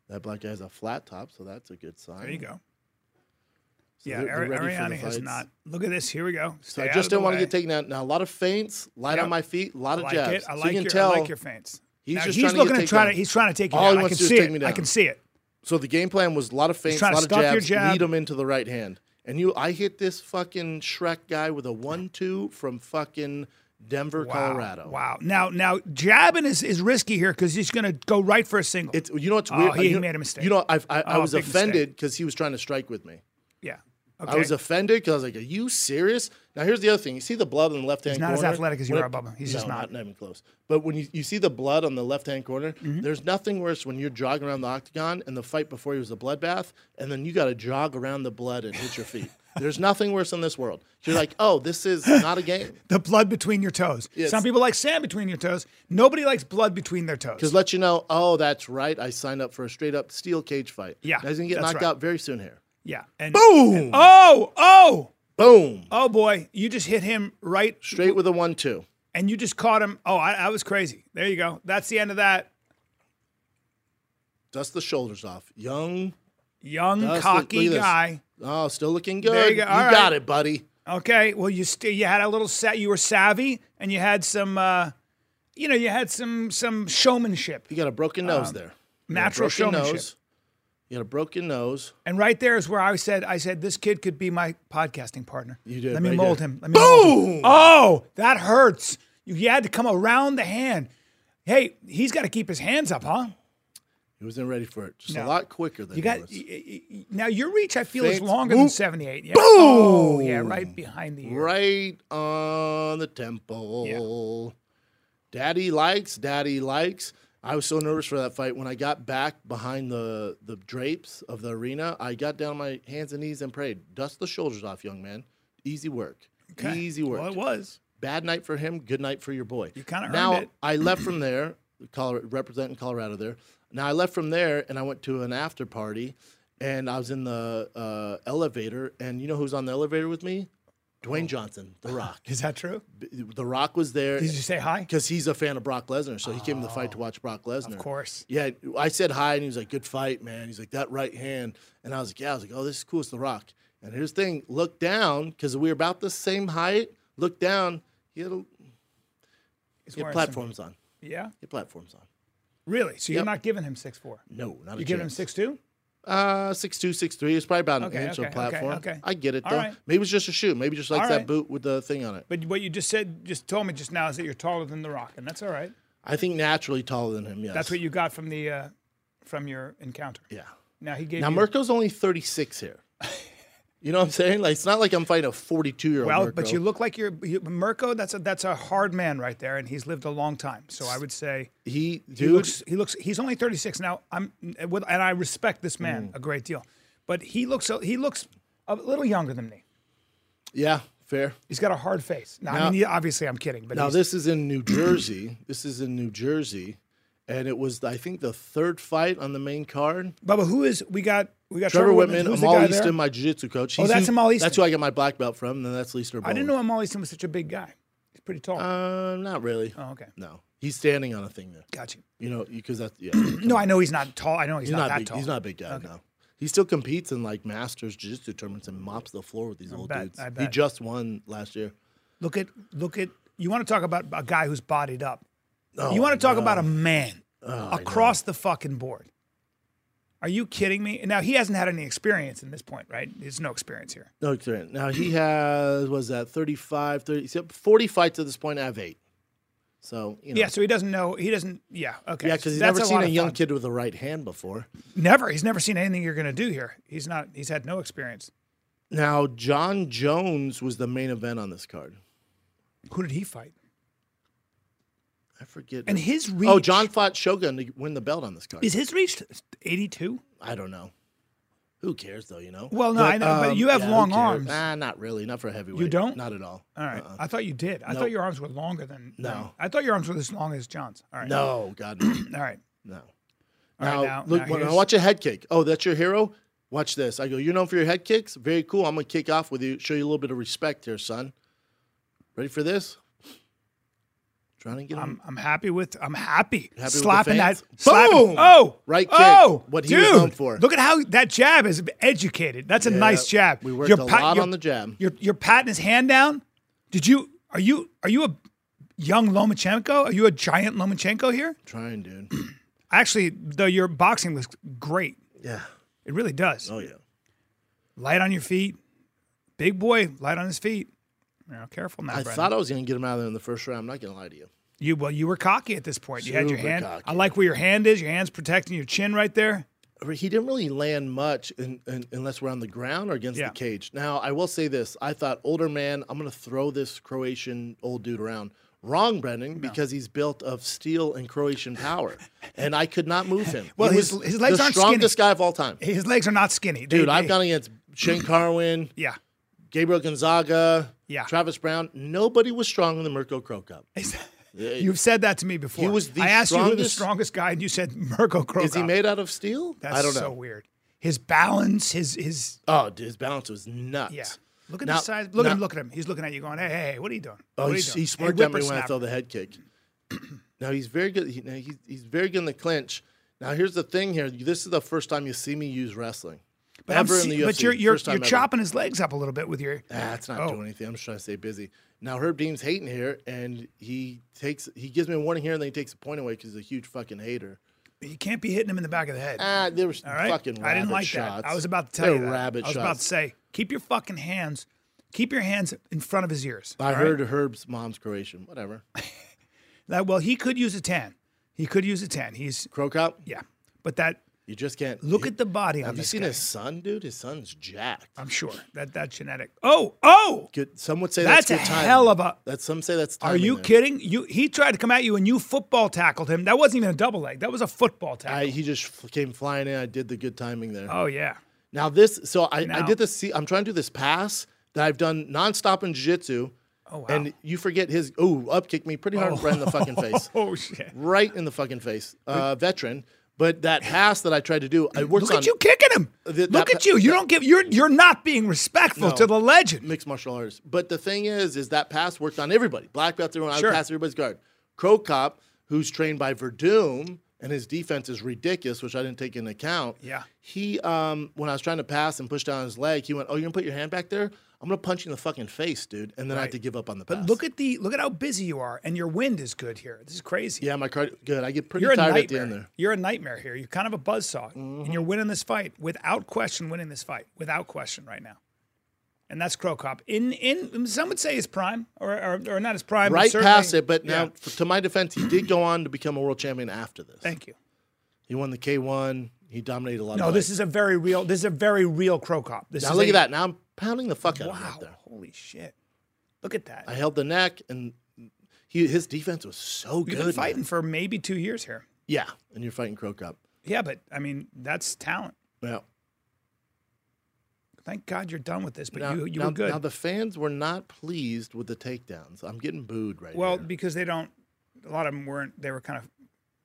Speaker 1: that black guy has a flat top, so that's a good sign.
Speaker 2: There you go.
Speaker 1: So
Speaker 2: yeah,
Speaker 1: they're- they're
Speaker 2: Ari-
Speaker 1: ready for the
Speaker 2: Ariani has
Speaker 1: fights.
Speaker 2: not. Look at this. Here we go.
Speaker 1: So I just didn't want to get taken out. Now a lot of feints, light
Speaker 2: Yep.
Speaker 1: on my feet, a lot of
Speaker 2: like
Speaker 1: jabs.
Speaker 2: it. I
Speaker 1: so
Speaker 2: like
Speaker 1: you can
Speaker 2: your.
Speaker 1: tell
Speaker 2: I like your feints.
Speaker 1: he's
Speaker 2: now,
Speaker 1: just
Speaker 2: he's
Speaker 1: trying to get
Speaker 2: looking to
Speaker 1: taken
Speaker 2: try to.
Speaker 1: down.
Speaker 2: He's trying to take you
Speaker 1: All he
Speaker 2: down. I
Speaker 1: wants
Speaker 2: can
Speaker 1: to do
Speaker 2: see
Speaker 1: is take
Speaker 2: it.
Speaker 1: me
Speaker 2: I
Speaker 1: down.
Speaker 2: can see it.
Speaker 1: So the game plan was a lot of feints, a
Speaker 2: trying to
Speaker 1: lot of
Speaker 2: stop your
Speaker 1: jabs,
Speaker 2: jab.
Speaker 1: lead him into the right hand. And you, I hit this fucking Shrek guy with a one-two from fucking Denver, Colorado.
Speaker 2: Wow. Now, now jabbing is, is risky here because he's going to go right for a single.
Speaker 1: It's you know what's weird.
Speaker 2: Oh, he
Speaker 1: you know-
Speaker 2: made a mistake.
Speaker 1: You know, I, I, I
Speaker 2: Oh,
Speaker 1: was
Speaker 2: big mistake.
Speaker 1: offended because he was trying to strike with me.
Speaker 2: yeah. Okay.
Speaker 1: I was offended because I was like, "Are you serious?" Now here's the other thing. You see the blood on the left hand.
Speaker 2: not
Speaker 1: corner?
Speaker 2: as athletic as you
Speaker 1: When
Speaker 2: are,
Speaker 1: it-
Speaker 2: Bubba. He's
Speaker 1: no,
Speaker 2: just not.
Speaker 1: even close. But when you, you see the blood on the left hand corner,
Speaker 2: Mm-hmm.
Speaker 1: there's nothing worse when you're jogging around the octagon and the fight before you was a bloodbath, and then you got to jog around the blood and hit your
Speaker 2: *laughs*
Speaker 1: feet. there's nothing worse in this world. You're like, "Oh, this is not a
Speaker 2: *laughs*
Speaker 1: game."
Speaker 2: the blood between your toes. Some people like sand between your toes. Nobody likes blood between their toes.
Speaker 1: Just let you know. Oh, that's right. I signed up for a straight up steel cage fight.
Speaker 2: Yeah,
Speaker 1: Now he's gonna get
Speaker 2: that's
Speaker 1: knocked
Speaker 2: right.
Speaker 1: out very soon here.
Speaker 2: Yeah. And
Speaker 1: Boom!
Speaker 2: oh, oh,
Speaker 1: Boom!
Speaker 2: oh, boy! You just hit him right,
Speaker 1: Straight with a one two.
Speaker 2: and you just caught him. Oh, I, I was crazy. There you go. That's the end of that.
Speaker 1: Dust the shoulders off. Young.
Speaker 2: Young
Speaker 1: Dust it.
Speaker 2: cocky
Speaker 1: Look at this.
Speaker 2: guy.
Speaker 1: Oh, still looking good.
Speaker 2: There you
Speaker 1: you
Speaker 2: go. All
Speaker 1: got
Speaker 2: right.
Speaker 1: it, buddy.
Speaker 2: Okay. Well, you st- you had a little set. You were savvy, and you had some. Uh, you know, you had some some showmanship.
Speaker 1: You got a broken nose there. You got a
Speaker 2: Um, natural
Speaker 1: broken
Speaker 2: showmanship.
Speaker 1: You got a broken nose.
Speaker 2: And right there is where I said, I said, this kid could be my podcasting partner. You
Speaker 1: did,
Speaker 2: Let me
Speaker 1: right
Speaker 2: mold
Speaker 1: there.
Speaker 2: him. Let me Mold him. Oh, that hurts. You, you had to come around the hand. Hey, he's got to keep his hands up, huh?
Speaker 1: He wasn't ready for it. Just
Speaker 2: No.
Speaker 1: a lot quicker than
Speaker 2: You got
Speaker 1: he was.
Speaker 2: y- y- y- now your reach. I feel is
Speaker 1: Thanks.
Speaker 2: longer than
Speaker 1: Whoop.
Speaker 2: seventy-eight. Yeah. Oh, yeah, right behind the ear.
Speaker 1: Right on the temple. Daddy likes, daddy likes. I was so nervous for that fight. When I got back behind the, the drapes of the arena, I got down on my hands and knees and prayed. Dust the shoulders off, young man. Easy work. Easy work.
Speaker 2: Well, it was.
Speaker 1: Bad night for him. Good night for your boy. You
Speaker 2: kinda earned
Speaker 1: now
Speaker 2: it.
Speaker 1: I left from there, Colorado, representing Colorado there. Now I left from there and I went to an after party, and I was in the uh, elevator, and you know who's on the elevator with me? Dwayne Johnson, The Rock.
Speaker 2: Is that true?
Speaker 1: the Rock was there.
Speaker 2: Did you say hi?
Speaker 1: Because he's a fan of Brock Lesnar, so he came to the fight to watch Brock Lesnar. Of
Speaker 2: Oh, course.
Speaker 1: Yeah, I said hi, and he was like, "Good fight, man." He's like, "That right hand," and I was like, "Yeah." I was like, "Oh, this is cool. It's The Rock." And here's the thing: look down because we were about the same height. Look down. He had, a,
Speaker 2: He's
Speaker 1: he had
Speaker 2: wearing
Speaker 1: platforms on.
Speaker 2: some- yeah.
Speaker 1: He had platforms on.
Speaker 2: Really? So you're
Speaker 1: Yep.
Speaker 2: not giving him six four.
Speaker 1: No, not
Speaker 2: You
Speaker 1: a
Speaker 2: giving him
Speaker 1: chance.
Speaker 2: six two?
Speaker 1: Uh, six two, six three. It's probably about an
Speaker 2: Okay,
Speaker 1: inch of
Speaker 2: okay, okay,
Speaker 1: platform.
Speaker 2: okay.
Speaker 1: I get it
Speaker 2: All
Speaker 1: though.
Speaker 2: right.
Speaker 1: Maybe it's just a shoe. Maybe just like
Speaker 2: All
Speaker 1: that
Speaker 2: right.
Speaker 1: boot with the thing on it.
Speaker 2: But what you just said, just told me just now, is that you're taller than the Rock, and that's all right.
Speaker 1: I think naturally taller than him. Yes.
Speaker 2: That's what you got from the uh, from your encounter.
Speaker 1: Yeah.
Speaker 2: Now he gave
Speaker 1: Now
Speaker 2: you
Speaker 1: Mirko's only thirty six
Speaker 2: *laughs*
Speaker 1: here. you know what I'm saying? Like it's not like I'm fighting a forty two year old.
Speaker 2: well, but you look like you're you, Mirko. That's a that's a hard man right there, and he's lived a long time. So I would say
Speaker 1: he dude.
Speaker 2: he looks he looks he's only 36 now. I'm with, and I respect this man
Speaker 1: Mm.
Speaker 2: a great deal, but he looks he looks a little younger than me.
Speaker 1: yeah, fair.
Speaker 2: He's got a hard face. Now, I
Speaker 1: Now-
Speaker 2: mean, he- obviously I'm kidding, but
Speaker 1: Now
Speaker 2: he's-
Speaker 1: this is in New Jersey. this is in New Jersey, and it was I think the third fight on the main card.
Speaker 2: Bubba, who is we got we got
Speaker 1: Trevor, Whitman,
Speaker 2: who's the
Speaker 1: Amal
Speaker 2: guy
Speaker 1: Easton,
Speaker 2: there?
Speaker 1: my jiu-jitsu coach.
Speaker 2: Oh,
Speaker 1: He's
Speaker 2: that's
Speaker 1: who-
Speaker 2: Amal Easton.
Speaker 1: That's who I got my black belt from. Then that's Leister.
Speaker 2: I didn't know Amal Easton was such a big guy. He's pretty tall.
Speaker 1: Oh. Uh, not really.
Speaker 2: oh, okay,
Speaker 1: No, he's standing on a thing there.
Speaker 2: got you.
Speaker 1: You know, because that's
Speaker 2: *clears throat*
Speaker 1: yeah. he's
Speaker 2: No, I know he's not tall. I know he's, not,
Speaker 1: not
Speaker 2: that
Speaker 1: big.
Speaker 2: tall.
Speaker 1: He's not a big guy now. He still competes in like masters jiu-jitsu tournaments and mops the floor with these old
Speaker 2: bet,
Speaker 1: dudes.
Speaker 2: I
Speaker 1: He
Speaker 2: bet.
Speaker 1: just won last year.
Speaker 2: Look at look at. You want to talk about a guy who's bodied up?
Speaker 1: Oh,
Speaker 2: you want to talk about a man across the fucking board? Are you kidding me? Now he hasn't had any experience in this point, right? There's no experience here.
Speaker 1: No, it's right. Now he *clears throat* has was that 35, 30, so 40 fights at this point. I have eight. So you know,
Speaker 2: Yeah, so he doesn't know. He doesn't. Yeah, okay.
Speaker 1: yeah, because he's
Speaker 2: That's
Speaker 1: never seen
Speaker 2: lot
Speaker 1: a
Speaker 2: of
Speaker 1: young
Speaker 2: fun.
Speaker 1: kid with a right hand before.
Speaker 2: Never. He's never seen anything you're gonna do here. He's not. He's had no experience.
Speaker 1: Now John Jones was the main event on this card.
Speaker 2: Who did he fight?
Speaker 1: I forget.
Speaker 2: And his reach.
Speaker 1: oh, John fought Shogun to win the belt on this card.
Speaker 2: Is his reach 82?
Speaker 1: I don't know. Who cares though? You know. um,
Speaker 2: Well, no, I know, but you have
Speaker 1: who
Speaker 2: long
Speaker 1: cares?
Speaker 2: arms.
Speaker 1: Nah, not really. Not for a heavyweight.
Speaker 2: don't?
Speaker 1: Not at all. Uh-uh.
Speaker 2: All right. I thought you did. I thought your arms were longer than.
Speaker 1: No.
Speaker 2: I thought your arms were as long as John's. *clears throat* All right.
Speaker 1: No, God, no.
Speaker 2: All right.
Speaker 1: no.
Speaker 2: right,
Speaker 1: Now,
Speaker 2: now-
Speaker 1: look,
Speaker 2: now
Speaker 1: when I
Speaker 2: here's-
Speaker 1: watch a head kick, oh, that's your hero. Watch this. I go, you're known for your head kicks. Very cool. I'm gonna kick off with you. Show you a little bit of respect here, son. Ready for this? Trying to get him.
Speaker 2: I'm, I'm happy with I'm happy,
Speaker 1: with the
Speaker 2: slapping that
Speaker 1: fans?
Speaker 2: slapping-
Speaker 1: Boom!
Speaker 2: oh
Speaker 1: Right kick,
Speaker 2: oh
Speaker 1: what he
Speaker 2: dude
Speaker 1: was known for.
Speaker 2: look at how that jab is educated that's a nice
Speaker 1: Yeah,
Speaker 2: jab
Speaker 1: We worked
Speaker 2: You're
Speaker 1: a
Speaker 2: pat-
Speaker 1: lot
Speaker 2: you're-
Speaker 1: on the jab.
Speaker 2: you're you're patting his hand down did you are you are you a young Lomachenko are you a giant Lomachenko here
Speaker 1: Trying, dude.
Speaker 2: actually though your boxing looks great
Speaker 1: yeah.
Speaker 2: it really does
Speaker 1: Oh yeah.
Speaker 2: light on your feet big boy light on his feet now careful now
Speaker 1: I
Speaker 2: Brendan.
Speaker 1: thought I was gonna get him out of there in the first round. I'm not gonna lie to you.
Speaker 2: You well, you were cocky at this point. You had your
Speaker 1: Super
Speaker 2: hand.
Speaker 1: cocky.
Speaker 2: I like where your hand is. Your hand's protecting your chin right there.
Speaker 1: he didn't really land much in, in, unless we're on the ground or against
Speaker 2: Yeah.
Speaker 1: the cage. Now, I will say this. I thought, older man, I'm going to throw this Croatian old dude around. Wrong, Brendan, because he's built of steel and Croatian
Speaker 2: *laughs*
Speaker 1: power. and I could not move him.
Speaker 2: Well,
Speaker 1: He
Speaker 2: his-
Speaker 1: was
Speaker 2: his legs
Speaker 1: the
Speaker 2: aren't skinny.
Speaker 1: strongest guy of all time.
Speaker 2: His legs are not skinny, They-
Speaker 1: Dude, I've
Speaker 2: they-
Speaker 1: gone against Shane Carwin,
Speaker 2: Yeah,
Speaker 1: Gabriel Gonzaga,
Speaker 2: Yeah.
Speaker 1: Travis Brown. Nobody was stronger than Mirko Krokop.
Speaker 2: you've said that to me before.
Speaker 1: was the
Speaker 2: I asked you who the
Speaker 1: strongest-
Speaker 2: strongest guy, and you said *laughs* Mirko Krokop.
Speaker 1: Is he made out of steel?
Speaker 2: That's
Speaker 1: I don't
Speaker 2: so
Speaker 1: know.
Speaker 2: weird. His balance, his his
Speaker 1: Oh, dude, his balance was nuts.
Speaker 2: yeah. Look at
Speaker 1: Now-
Speaker 2: the size. Look at
Speaker 1: now-
Speaker 2: him. Look at him. He's looking at you, going, "Hey, hey, hey what are you doing?
Speaker 1: Oh,
Speaker 2: what are
Speaker 1: he,
Speaker 2: you
Speaker 1: he
Speaker 2: doing?
Speaker 1: smirked
Speaker 2: hey,
Speaker 1: at me when I
Speaker 2: whippersnapper."
Speaker 1: throw the head kick. *clears throat* now he's very good. He, now he's, he's very good in the clinch. Now here's the thing. Here, this is the first time you see me use wrestling.
Speaker 2: But I'm
Speaker 1: ever in
Speaker 2: see-
Speaker 1: the UFC,
Speaker 2: But you're you're,
Speaker 1: first time
Speaker 2: you're
Speaker 1: ever.
Speaker 2: chopping his legs up a little bit with your.
Speaker 1: Ah, it's not
Speaker 2: Oh.
Speaker 1: doing anything. I'm just trying to stay busy. Now Herb Dean's hating here, and he takes he gives me a warning here, and then he takes a point away because he's a huge fucking hater.
Speaker 2: You can't be hitting him in the back of the head.
Speaker 1: Ah, there was
Speaker 2: All right.
Speaker 1: fucking. Rabbit
Speaker 2: I didn't like
Speaker 1: shots.
Speaker 2: that. I was about to tell
Speaker 1: They
Speaker 2: you
Speaker 1: were
Speaker 2: that.
Speaker 1: rabbit
Speaker 2: I was
Speaker 1: shots.
Speaker 2: about to say, keep your fucking hands, keep your hands in front of his ears.
Speaker 1: I heard Herb's mom's Croatian. Whatever.
Speaker 2: That well, he could use a tan. He could use a tan. He's
Speaker 1: Croak out.
Speaker 2: yeah, but that
Speaker 1: You just can't
Speaker 2: look
Speaker 1: you-
Speaker 2: at the body on
Speaker 1: Have you
Speaker 2: this
Speaker 1: seen
Speaker 2: guy.
Speaker 1: his son, dude? His son's jacked.
Speaker 2: I'm sure that that's genetic. Oh oh,
Speaker 1: Good. Some would say that's,
Speaker 2: that's,
Speaker 1: good
Speaker 2: a
Speaker 1: timing.
Speaker 2: hell of a.
Speaker 1: That some say that's.
Speaker 2: Are
Speaker 1: timing
Speaker 2: you
Speaker 1: there.
Speaker 2: kidding? You he tried to come at you and you football tackled him. That wasn't even a double leg. That was a football
Speaker 1: I,
Speaker 2: tackle.
Speaker 1: he just f- came flying in. I did the good timing there. *laughs*
Speaker 2: oh yeah.
Speaker 1: now this, so I, I
Speaker 2: Now-
Speaker 1: did this. See, I'm trying to do this pass, that I've done nonstop in jiu-jitsu.
Speaker 2: Oh, wow.
Speaker 1: And you forget his oh up kicked me pretty hard right in the fucking face.
Speaker 2: *laughs* Oh shit!
Speaker 1: Right in the fucking face. Uh, veteran. But that pass that I tried to do, I worked
Speaker 2: Look
Speaker 1: on
Speaker 2: at you kicking him.
Speaker 1: Th-
Speaker 2: Look
Speaker 1: that-
Speaker 2: at you. You don't give. You're you're not being respectful
Speaker 1: No.
Speaker 2: to the legend.
Speaker 1: mixed martial arts. But the thing is, is that pass worked on everybody. Black belts, everyone, I
Speaker 2: Sure.
Speaker 1: would pass everybody's guard. Crow Cop, who's trained by Verdum, and his defense is ridiculous, which I didn't take into account.
Speaker 2: Yeah.
Speaker 1: He, um, when I was trying to pass and push down his leg, he went, oh, you're going to put your hand back there? I'm going to punch you in the fucking face, dude. And then I had to give up on the pass.
Speaker 2: But look at the look at how busy you are, and your wind is good here. This is crazy.
Speaker 1: yeah, my card, good. I get pretty
Speaker 2: You're a
Speaker 1: tired
Speaker 2: nightmare.
Speaker 1: at the end there. Mm-hmm.
Speaker 2: You're a nightmare here. You're kind of a buzzsaw, and you're winning this fight without question. Winning this fight without question right now, and that's Crow Cop. In in some would say his prime, or or, or not his prime, but
Speaker 1: Right
Speaker 2: certainly-
Speaker 1: past it, but now,
Speaker 2: Yeah.
Speaker 1: f- to my defense, he did go on to become a world champion after this.
Speaker 2: Thank you.
Speaker 1: He won the K1. He dominated a lot
Speaker 2: No,
Speaker 1: of
Speaker 2: this is a very real. This is a very real Crow Cop. This
Speaker 1: Now
Speaker 2: is
Speaker 1: look
Speaker 2: a-
Speaker 1: at that. Now I'm pounding the fuck out of him
Speaker 2: Wow!
Speaker 1: right there.
Speaker 2: Holy shit! Look at that.
Speaker 1: I held the neck, and he, his defense was so
Speaker 2: You've
Speaker 1: good. man.
Speaker 2: been fighting for maybe two years here.
Speaker 1: yeah, and you're fighting Crow Cop.
Speaker 2: Yeah, but I mean that's talent.
Speaker 1: Yeah,
Speaker 2: Thank God you're done with this. But
Speaker 1: now,
Speaker 2: you you
Speaker 1: now,
Speaker 2: were good.
Speaker 1: now the fans were not pleased with the takedowns. I'm getting booed right
Speaker 2: well,
Speaker 1: here.
Speaker 2: because they don't. A lot of them weren't. They were kind of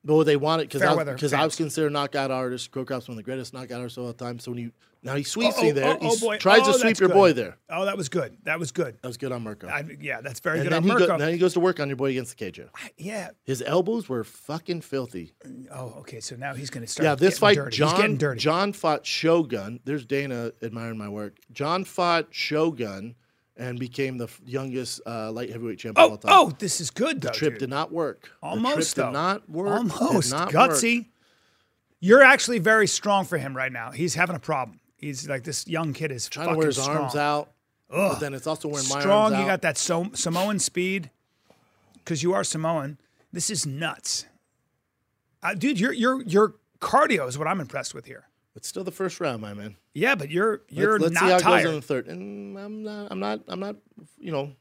Speaker 1: Well, they wanted because I,
Speaker 2: Fairweather
Speaker 1: was- 'cause I
Speaker 2: fans.
Speaker 1: was considered a knockout artist. Crow Cop's one of the greatest knockout artists of all time. So when you now he sweeps
Speaker 2: Oh,
Speaker 1: you
Speaker 2: oh,
Speaker 1: there,
Speaker 2: oh,
Speaker 1: he
Speaker 2: oh,
Speaker 1: s-
Speaker 2: boy.
Speaker 1: tries
Speaker 2: Oh,
Speaker 1: to sweep
Speaker 2: that's
Speaker 1: your
Speaker 2: good.
Speaker 1: boy there.
Speaker 2: Oh, that was good. That was good.
Speaker 1: That was good on Mirko.
Speaker 2: I, yeah, that's very
Speaker 1: and
Speaker 2: good
Speaker 1: then
Speaker 2: on
Speaker 1: he go-
Speaker 2: Mirko.
Speaker 1: then he goes to work on your boy against the KJ.
Speaker 2: yeah.
Speaker 1: His elbows were fucking filthy.
Speaker 2: Oh, okay. So now he's going to start.
Speaker 1: Yeah, this
Speaker 2: getting
Speaker 1: fight,
Speaker 2: dirty. he's getting
Speaker 1: John
Speaker 2: dirty.
Speaker 1: John fought Shogun. There's Dana admiring my work. John fought Shogun and became the f- youngest uh, light heavyweight champion of
Speaker 2: oh,
Speaker 1: all time.
Speaker 2: oh, this is good though.
Speaker 1: trip
Speaker 2: dude.
Speaker 1: did not work. The
Speaker 2: Almost
Speaker 1: trip
Speaker 2: though.
Speaker 1: did not work. Did
Speaker 2: Almost
Speaker 1: not work.
Speaker 2: gutsy. You're actually very strong for him right now. He's having a problem. He's like this young kid is
Speaker 1: Trying
Speaker 2: fucking
Speaker 1: to wear his
Speaker 2: strong.
Speaker 1: arms out, but then it's also wearing my
Speaker 2: strong.
Speaker 1: arms out.
Speaker 2: You got that so- Samoan speed because you are Samoan. This is nuts, uh, dude. Your your your cardio is what I'm impressed with here.
Speaker 1: It's still the first round, my man.
Speaker 2: Yeah, but you're you're
Speaker 1: let's, let's
Speaker 2: not
Speaker 1: see how it goes in
Speaker 2: tired.
Speaker 1: the third. And I'm not, I'm not, I'm not, you know,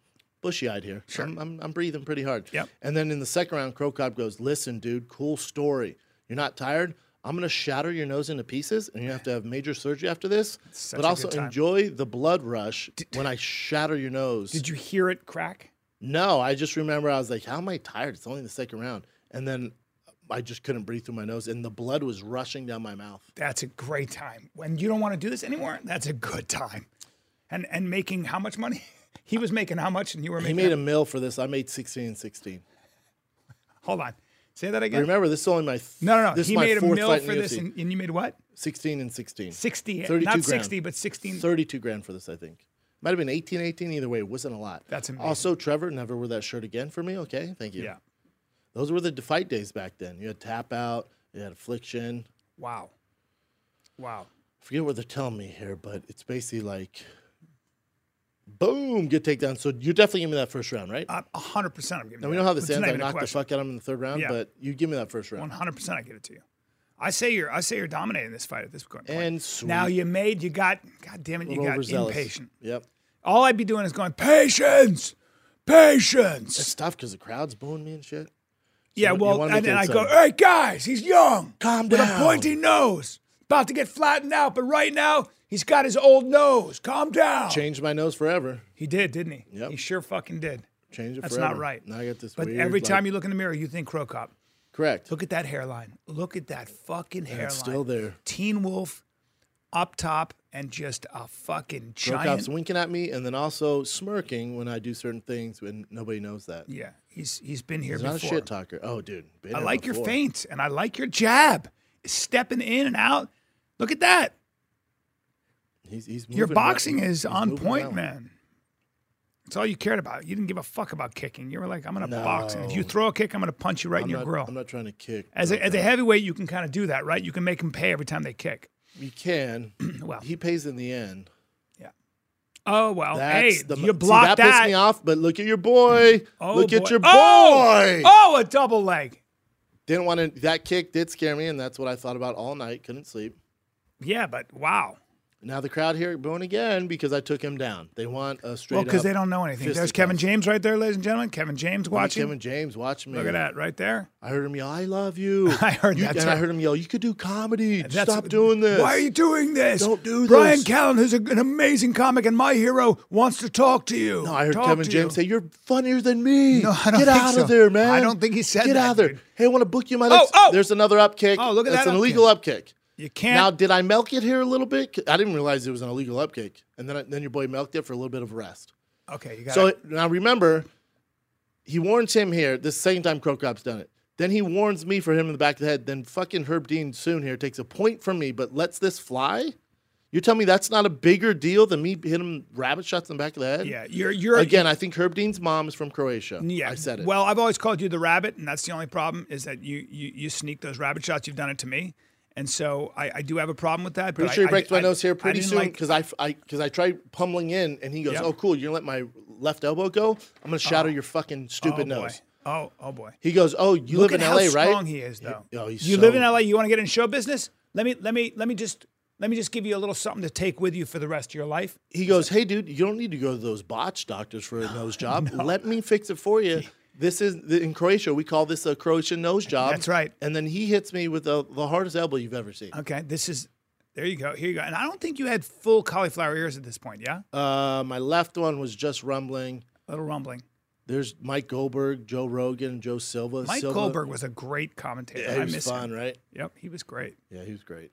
Speaker 1: bushy-eyed here. Sure. I'm, I'm, I'm breathing pretty hard.
Speaker 2: Yep.
Speaker 1: And then in the second round, Crow Cobb goes, "Listen, dude, cool story. You're not tired. I'm gonna shatter your nose into pieces, and you have to have major surgery after this.
Speaker 2: such
Speaker 1: But
Speaker 2: a
Speaker 1: also
Speaker 2: good time.
Speaker 1: enjoy the blood rush when I shatter your nose.
Speaker 2: Did you hear it crack?
Speaker 1: no, I just remember I was like, how am I tired? It's only the second round, and then I just couldn't breathe through my nose, and the blood was rushing down my mouth.
Speaker 2: That's a great time. When you don't want to do this anymore, that's a good time. And and making how much money? *laughs* He was making how much, and you were
Speaker 1: He
Speaker 2: making.
Speaker 1: made a mill for this. I made 16 and 16.
Speaker 2: hold on, say that
Speaker 1: I
Speaker 2: again.
Speaker 1: remember this is only my th-
Speaker 2: No, no, no.
Speaker 1: This is
Speaker 2: he
Speaker 1: my
Speaker 2: made a
Speaker 1: fourth
Speaker 2: mill
Speaker 1: fight in
Speaker 2: for
Speaker 1: the
Speaker 2: this,
Speaker 1: UFC.
Speaker 2: and, and you made what?
Speaker 1: 16 and 16.
Speaker 2: Sixty,
Speaker 1: 32
Speaker 2: not
Speaker 1: grand.
Speaker 2: sixty, but sixteen.
Speaker 1: 32 grand for this, I think. Might have been 18, 18. Either way, it wasn't a lot.
Speaker 2: That's amazing.
Speaker 1: Also, Trevor never wore that shirt again for me. Okay, thank you.
Speaker 2: Yeah.
Speaker 1: Those were the d- fight days back then. You had Tap Out, you had Affliction.
Speaker 2: Wow. Wow.
Speaker 1: I forget what they're telling me here, but it's basically like, boom, get takedown. So you're definitely giving me that first round, right?
Speaker 2: Uh, 100% I'm giving
Speaker 1: now, we know how this
Speaker 2: It's
Speaker 1: ends.
Speaker 2: not
Speaker 1: I
Speaker 2: even a
Speaker 1: knocked the
Speaker 2: question.
Speaker 1: fuck out of him in the third round,
Speaker 2: Yeah.
Speaker 1: but you give me that first round.
Speaker 2: 100% I give it to you. I say you're I say you're dominating this fight at this point.
Speaker 1: And sweet.
Speaker 2: now you made you got god damn it you
Speaker 1: little
Speaker 2: got
Speaker 1: overzealous.
Speaker 2: impatient.
Speaker 1: Yep.
Speaker 2: All I'd be doing is going patience. Patience.
Speaker 1: It's tough because the crowd's booing me and shit.
Speaker 2: yeah,
Speaker 1: you
Speaker 2: well
Speaker 1: wanna
Speaker 2: and
Speaker 1: make
Speaker 2: then
Speaker 1: it
Speaker 2: I go,
Speaker 1: exciting.
Speaker 2: "Hey guys, he's young.
Speaker 1: Calm
Speaker 2: with
Speaker 1: down."
Speaker 2: a pointy nose. About to get flattened out, but right now he's got his old nose. Calm down."
Speaker 1: Changed my nose forever.
Speaker 2: He did, didn't he?
Speaker 1: Yep.
Speaker 2: He sure fucking did.
Speaker 1: Change it
Speaker 2: That's
Speaker 1: forever.
Speaker 2: not right.
Speaker 1: Now I got this
Speaker 2: But
Speaker 1: weird,
Speaker 2: every
Speaker 1: like-
Speaker 2: time you look in the mirror, you think Crow Cop.
Speaker 1: Correct.
Speaker 2: Look at that hairline. Look at that fucking hairline.
Speaker 1: it's still there.
Speaker 2: Teen Wolf up top and just a fucking
Speaker 1: Joe Cops
Speaker 2: giant.
Speaker 1: winking at me and then also smirking when I do certain things when nobody knows that.
Speaker 2: Yeah, he's he's been here
Speaker 1: He's
Speaker 2: before.
Speaker 1: not a shit talker. Oh, dude. been
Speaker 2: I
Speaker 1: here
Speaker 2: like your
Speaker 1: before.
Speaker 2: feints and I like your jab, stepping in and out. Look at that.
Speaker 1: He's, he's
Speaker 2: Your
Speaker 1: moving
Speaker 2: boxing
Speaker 1: around.
Speaker 2: is
Speaker 1: He's
Speaker 2: on
Speaker 1: moving
Speaker 2: point,
Speaker 1: around.
Speaker 2: man. That's all you cared about. You didn't give a fuck about kicking. You were like, I'm gonna box, and if
Speaker 1: No.
Speaker 2: you throw a kick, I'm gonna punch you right in
Speaker 1: I'm
Speaker 2: your
Speaker 1: not,
Speaker 2: grill.
Speaker 1: I'm not trying to kick.
Speaker 2: as a,
Speaker 1: Joe
Speaker 2: as a
Speaker 1: Cops.
Speaker 2: heavyweight, you can kind of do that, right? You can make them pay every time they kick. *clears throat*
Speaker 1: You can. *clears throat*
Speaker 2: Well,
Speaker 1: He pays in the end.
Speaker 2: oh well.
Speaker 1: That's
Speaker 2: hey,
Speaker 1: the
Speaker 2: you
Speaker 1: See,
Speaker 2: blocked
Speaker 1: that. pissed me off, but look at your boy.
Speaker 2: Oh,
Speaker 1: look
Speaker 2: boy.
Speaker 1: at your boy.
Speaker 2: Oh! Oh, a double leg.
Speaker 1: Didn't want to. That kick did scare me, and that's what I thought about all night. Couldn't sleep.
Speaker 2: Yeah, but wow.
Speaker 1: Now the crowd here booing again because I took him down. They want a straight
Speaker 2: Well, because
Speaker 1: up
Speaker 2: they don't know anything. There's
Speaker 1: fisticuffs.
Speaker 2: Kevin James right there, ladies and gentlemen. Kevin James watching.
Speaker 1: Kevin James, watch me.
Speaker 2: Look at that right there.
Speaker 1: I heard him yell, "I love you."
Speaker 2: *laughs* I heard
Speaker 1: you,
Speaker 2: that,
Speaker 1: and
Speaker 2: too.
Speaker 1: I heard him yell, "You could do comedy.
Speaker 2: That's-
Speaker 1: Stop doing this."
Speaker 2: Why are you doing this?
Speaker 1: Don't do
Speaker 2: Brian
Speaker 1: this.
Speaker 2: Callen, who's a, an amazing comic and my hero, wants to talk to you.
Speaker 1: No, I heard
Speaker 2: Talk
Speaker 1: Kevin
Speaker 2: to
Speaker 1: James
Speaker 2: you.
Speaker 1: say, "You're funnier than me."
Speaker 2: No, I don't
Speaker 1: Get
Speaker 2: think
Speaker 1: out
Speaker 2: so.
Speaker 1: of there, man.
Speaker 2: I don't think he said
Speaker 1: Get
Speaker 2: that,
Speaker 1: out of there.
Speaker 2: dude.
Speaker 1: Hey, I want to book you my next.
Speaker 2: oh!
Speaker 1: There's another upkick.
Speaker 2: Oh, look at
Speaker 1: That's
Speaker 2: that
Speaker 1: an
Speaker 2: upkick.
Speaker 1: illegal upkick.
Speaker 2: You can't.
Speaker 1: Now, did I milk it here a little bit? 'Cause I didn't realize it was an illegal upkick, and then I, then your boy milked it for a little bit of rest.
Speaker 2: okay, you got
Speaker 1: So
Speaker 2: it.
Speaker 1: now remember, he warns him here. This second time Crow Cop's done it. Then he warns me for him in the back of the head. Then fucking Herb Dean soon here takes a point from me, but lets this fly. You tell me that's not a bigger deal than me hitting him rabbit shots in the back of the head?
Speaker 2: Yeah, you're you're
Speaker 1: Again, I think Herb Dean's mom is from Croatia.
Speaker 2: Yeah,
Speaker 1: I said it.
Speaker 2: Well, I've always called you the rabbit, and that's the only problem is that you you, you sneak those rabbit shots. You've done it to me, and so I, I do have a problem with that.
Speaker 1: Pretty
Speaker 2: but
Speaker 1: sure
Speaker 2: I,
Speaker 1: he breaks
Speaker 2: I,
Speaker 1: my nose
Speaker 2: I,
Speaker 1: here pretty
Speaker 2: I didn't
Speaker 1: soon
Speaker 2: like-
Speaker 1: because I because I, tried pummeling in and he goes,
Speaker 2: Yep.
Speaker 1: "Oh, cool, you're gonna let my left elbow go? I'm gonna shatter your fucking
Speaker 2: oh
Speaker 1: stupid
Speaker 2: boy,
Speaker 1: nose."
Speaker 2: oh oh boy.
Speaker 1: He goes, "Oh, you
Speaker 2: Look
Speaker 1: live in
Speaker 2: at
Speaker 1: L.A.,
Speaker 2: how
Speaker 1: right?"
Speaker 2: strong he is, though.
Speaker 1: oh, he's
Speaker 2: you live
Speaker 1: so-
Speaker 2: in LA. You want to get in show business? Let me let me let me just let me just give you a little something to take with you for the rest of your life.
Speaker 1: he goes, "Hey, dude, you don't need to go to those botch doctors for
Speaker 2: *laughs*
Speaker 1: a nose job. Let me fix it for you." This is the- in Croatia. We call this a Croatian nose job.
Speaker 2: That's right.
Speaker 1: And then he hits me with the, the hardest elbow you've ever seen.
Speaker 2: Okay, this is there you go. Here you go. And I don't think you had full cauliflower ears at this point. Yeah,
Speaker 1: Uh, my left one was just rumbling.
Speaker 2: a little rumbling.
Speaker 1: There's Mike Goldberg, Joe Rogan, Joe Silva.
Speaker 2: Mike
Speaker 1: Silva,
Speaker 2: Goldberg was a great commentator.
Speaker 1: Yeah, he
Speaker 2: I
Speaker 1: was
Speaker 2: miss
Speaker 1: fun,
Speaker 2: him.
Speaker 1: right?
Speaker 2: Yep, he was great.
Speaker 1: Yeah, he was great.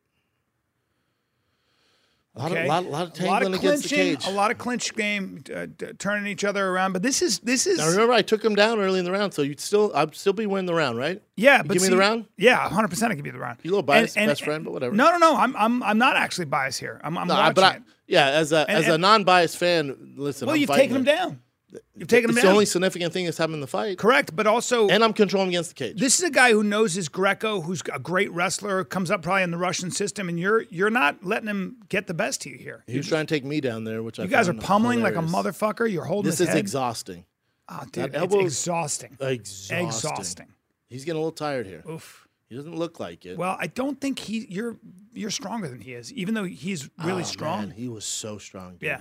Speaker 1: A lot,
Speaker 2: Okay.
Speaker 1: of, lot, lot of
Speaker 2: a lot of
Speaker 1: tangling against the
Speaker 2: clinching,
Speaker 1: cage.
Speaker 2: a lot of clinch game, uh, d- turning each other around. But this is this
Speaker 1: Now
Speaker 2: is
Speaker 1: remember, I took him down early in the round, so you'd still, I'd still be winning the round, right?
Speaker 2: yeah. But
Speaker 1: give me the
Speaker 2: see-
Speaker 1: round?
Speaker 2: Yeah, hundred percent. I give you the round.
Speaker 1: You a little biased, best friend, but whatever.
Speaker 2: No, no, no. I'm I'm I'm not actually biased here. I'm I'm
Speaker 1: No, I-
Speaker 2: watching
Speaker 1: but I,
Speaker 2: it.
Speaker 1: yeah, as a as a
Speaker 2: and-
Speaker 1: non-biased fan, listen.
Speaker 2: Well,
Speaker 1: I'm
Speaker 2: you've
Speaker 1: fighting
Speaker 2: taken him down. You've taken him
Speaker 1: It's the
Speaker 2: down.
Speaker 1: only significant thing that's happened in the fight,
Speaker 2: Correct, but also
Speaker 1: and I'm controlling against the cage.
Speaker 2: this is a guy who knows his Greco, who's a great wrestler, comes up probably in the Russian system, and you're you're not letting him get the best of you here.
Speaker 1: He was trying to take me down there, which I
Speaker 2: You guys are
Speaker 1: found
Speaker 2: pummeling like
Speaker 1: hilarious.
Speaker 2: a motherfucker. You're holding
Speaker 1: This
Speaker 2: his
Speaker 1: is
Speaker 2: head.
Speaker 1: exhausting.
Speaker 2: Oh, dude, it's
Speaker 1: elbow-
Speaker 2: exhausting.
Speaker 1: Exhausting.
Speaker 2: Exhausting.
Speaker 1: He's getting a little tired here.
Speaker 2: Oof.
Speaker 1: He doesn't look like it.
Speaker 2: Well, I don't think he you're you're stronger than he is, even though he's really
Speaker 1: Oh,
Speaker 2: strong.
Speaker 1: man, he was so strong. dude.
Speaker 2: Yeah.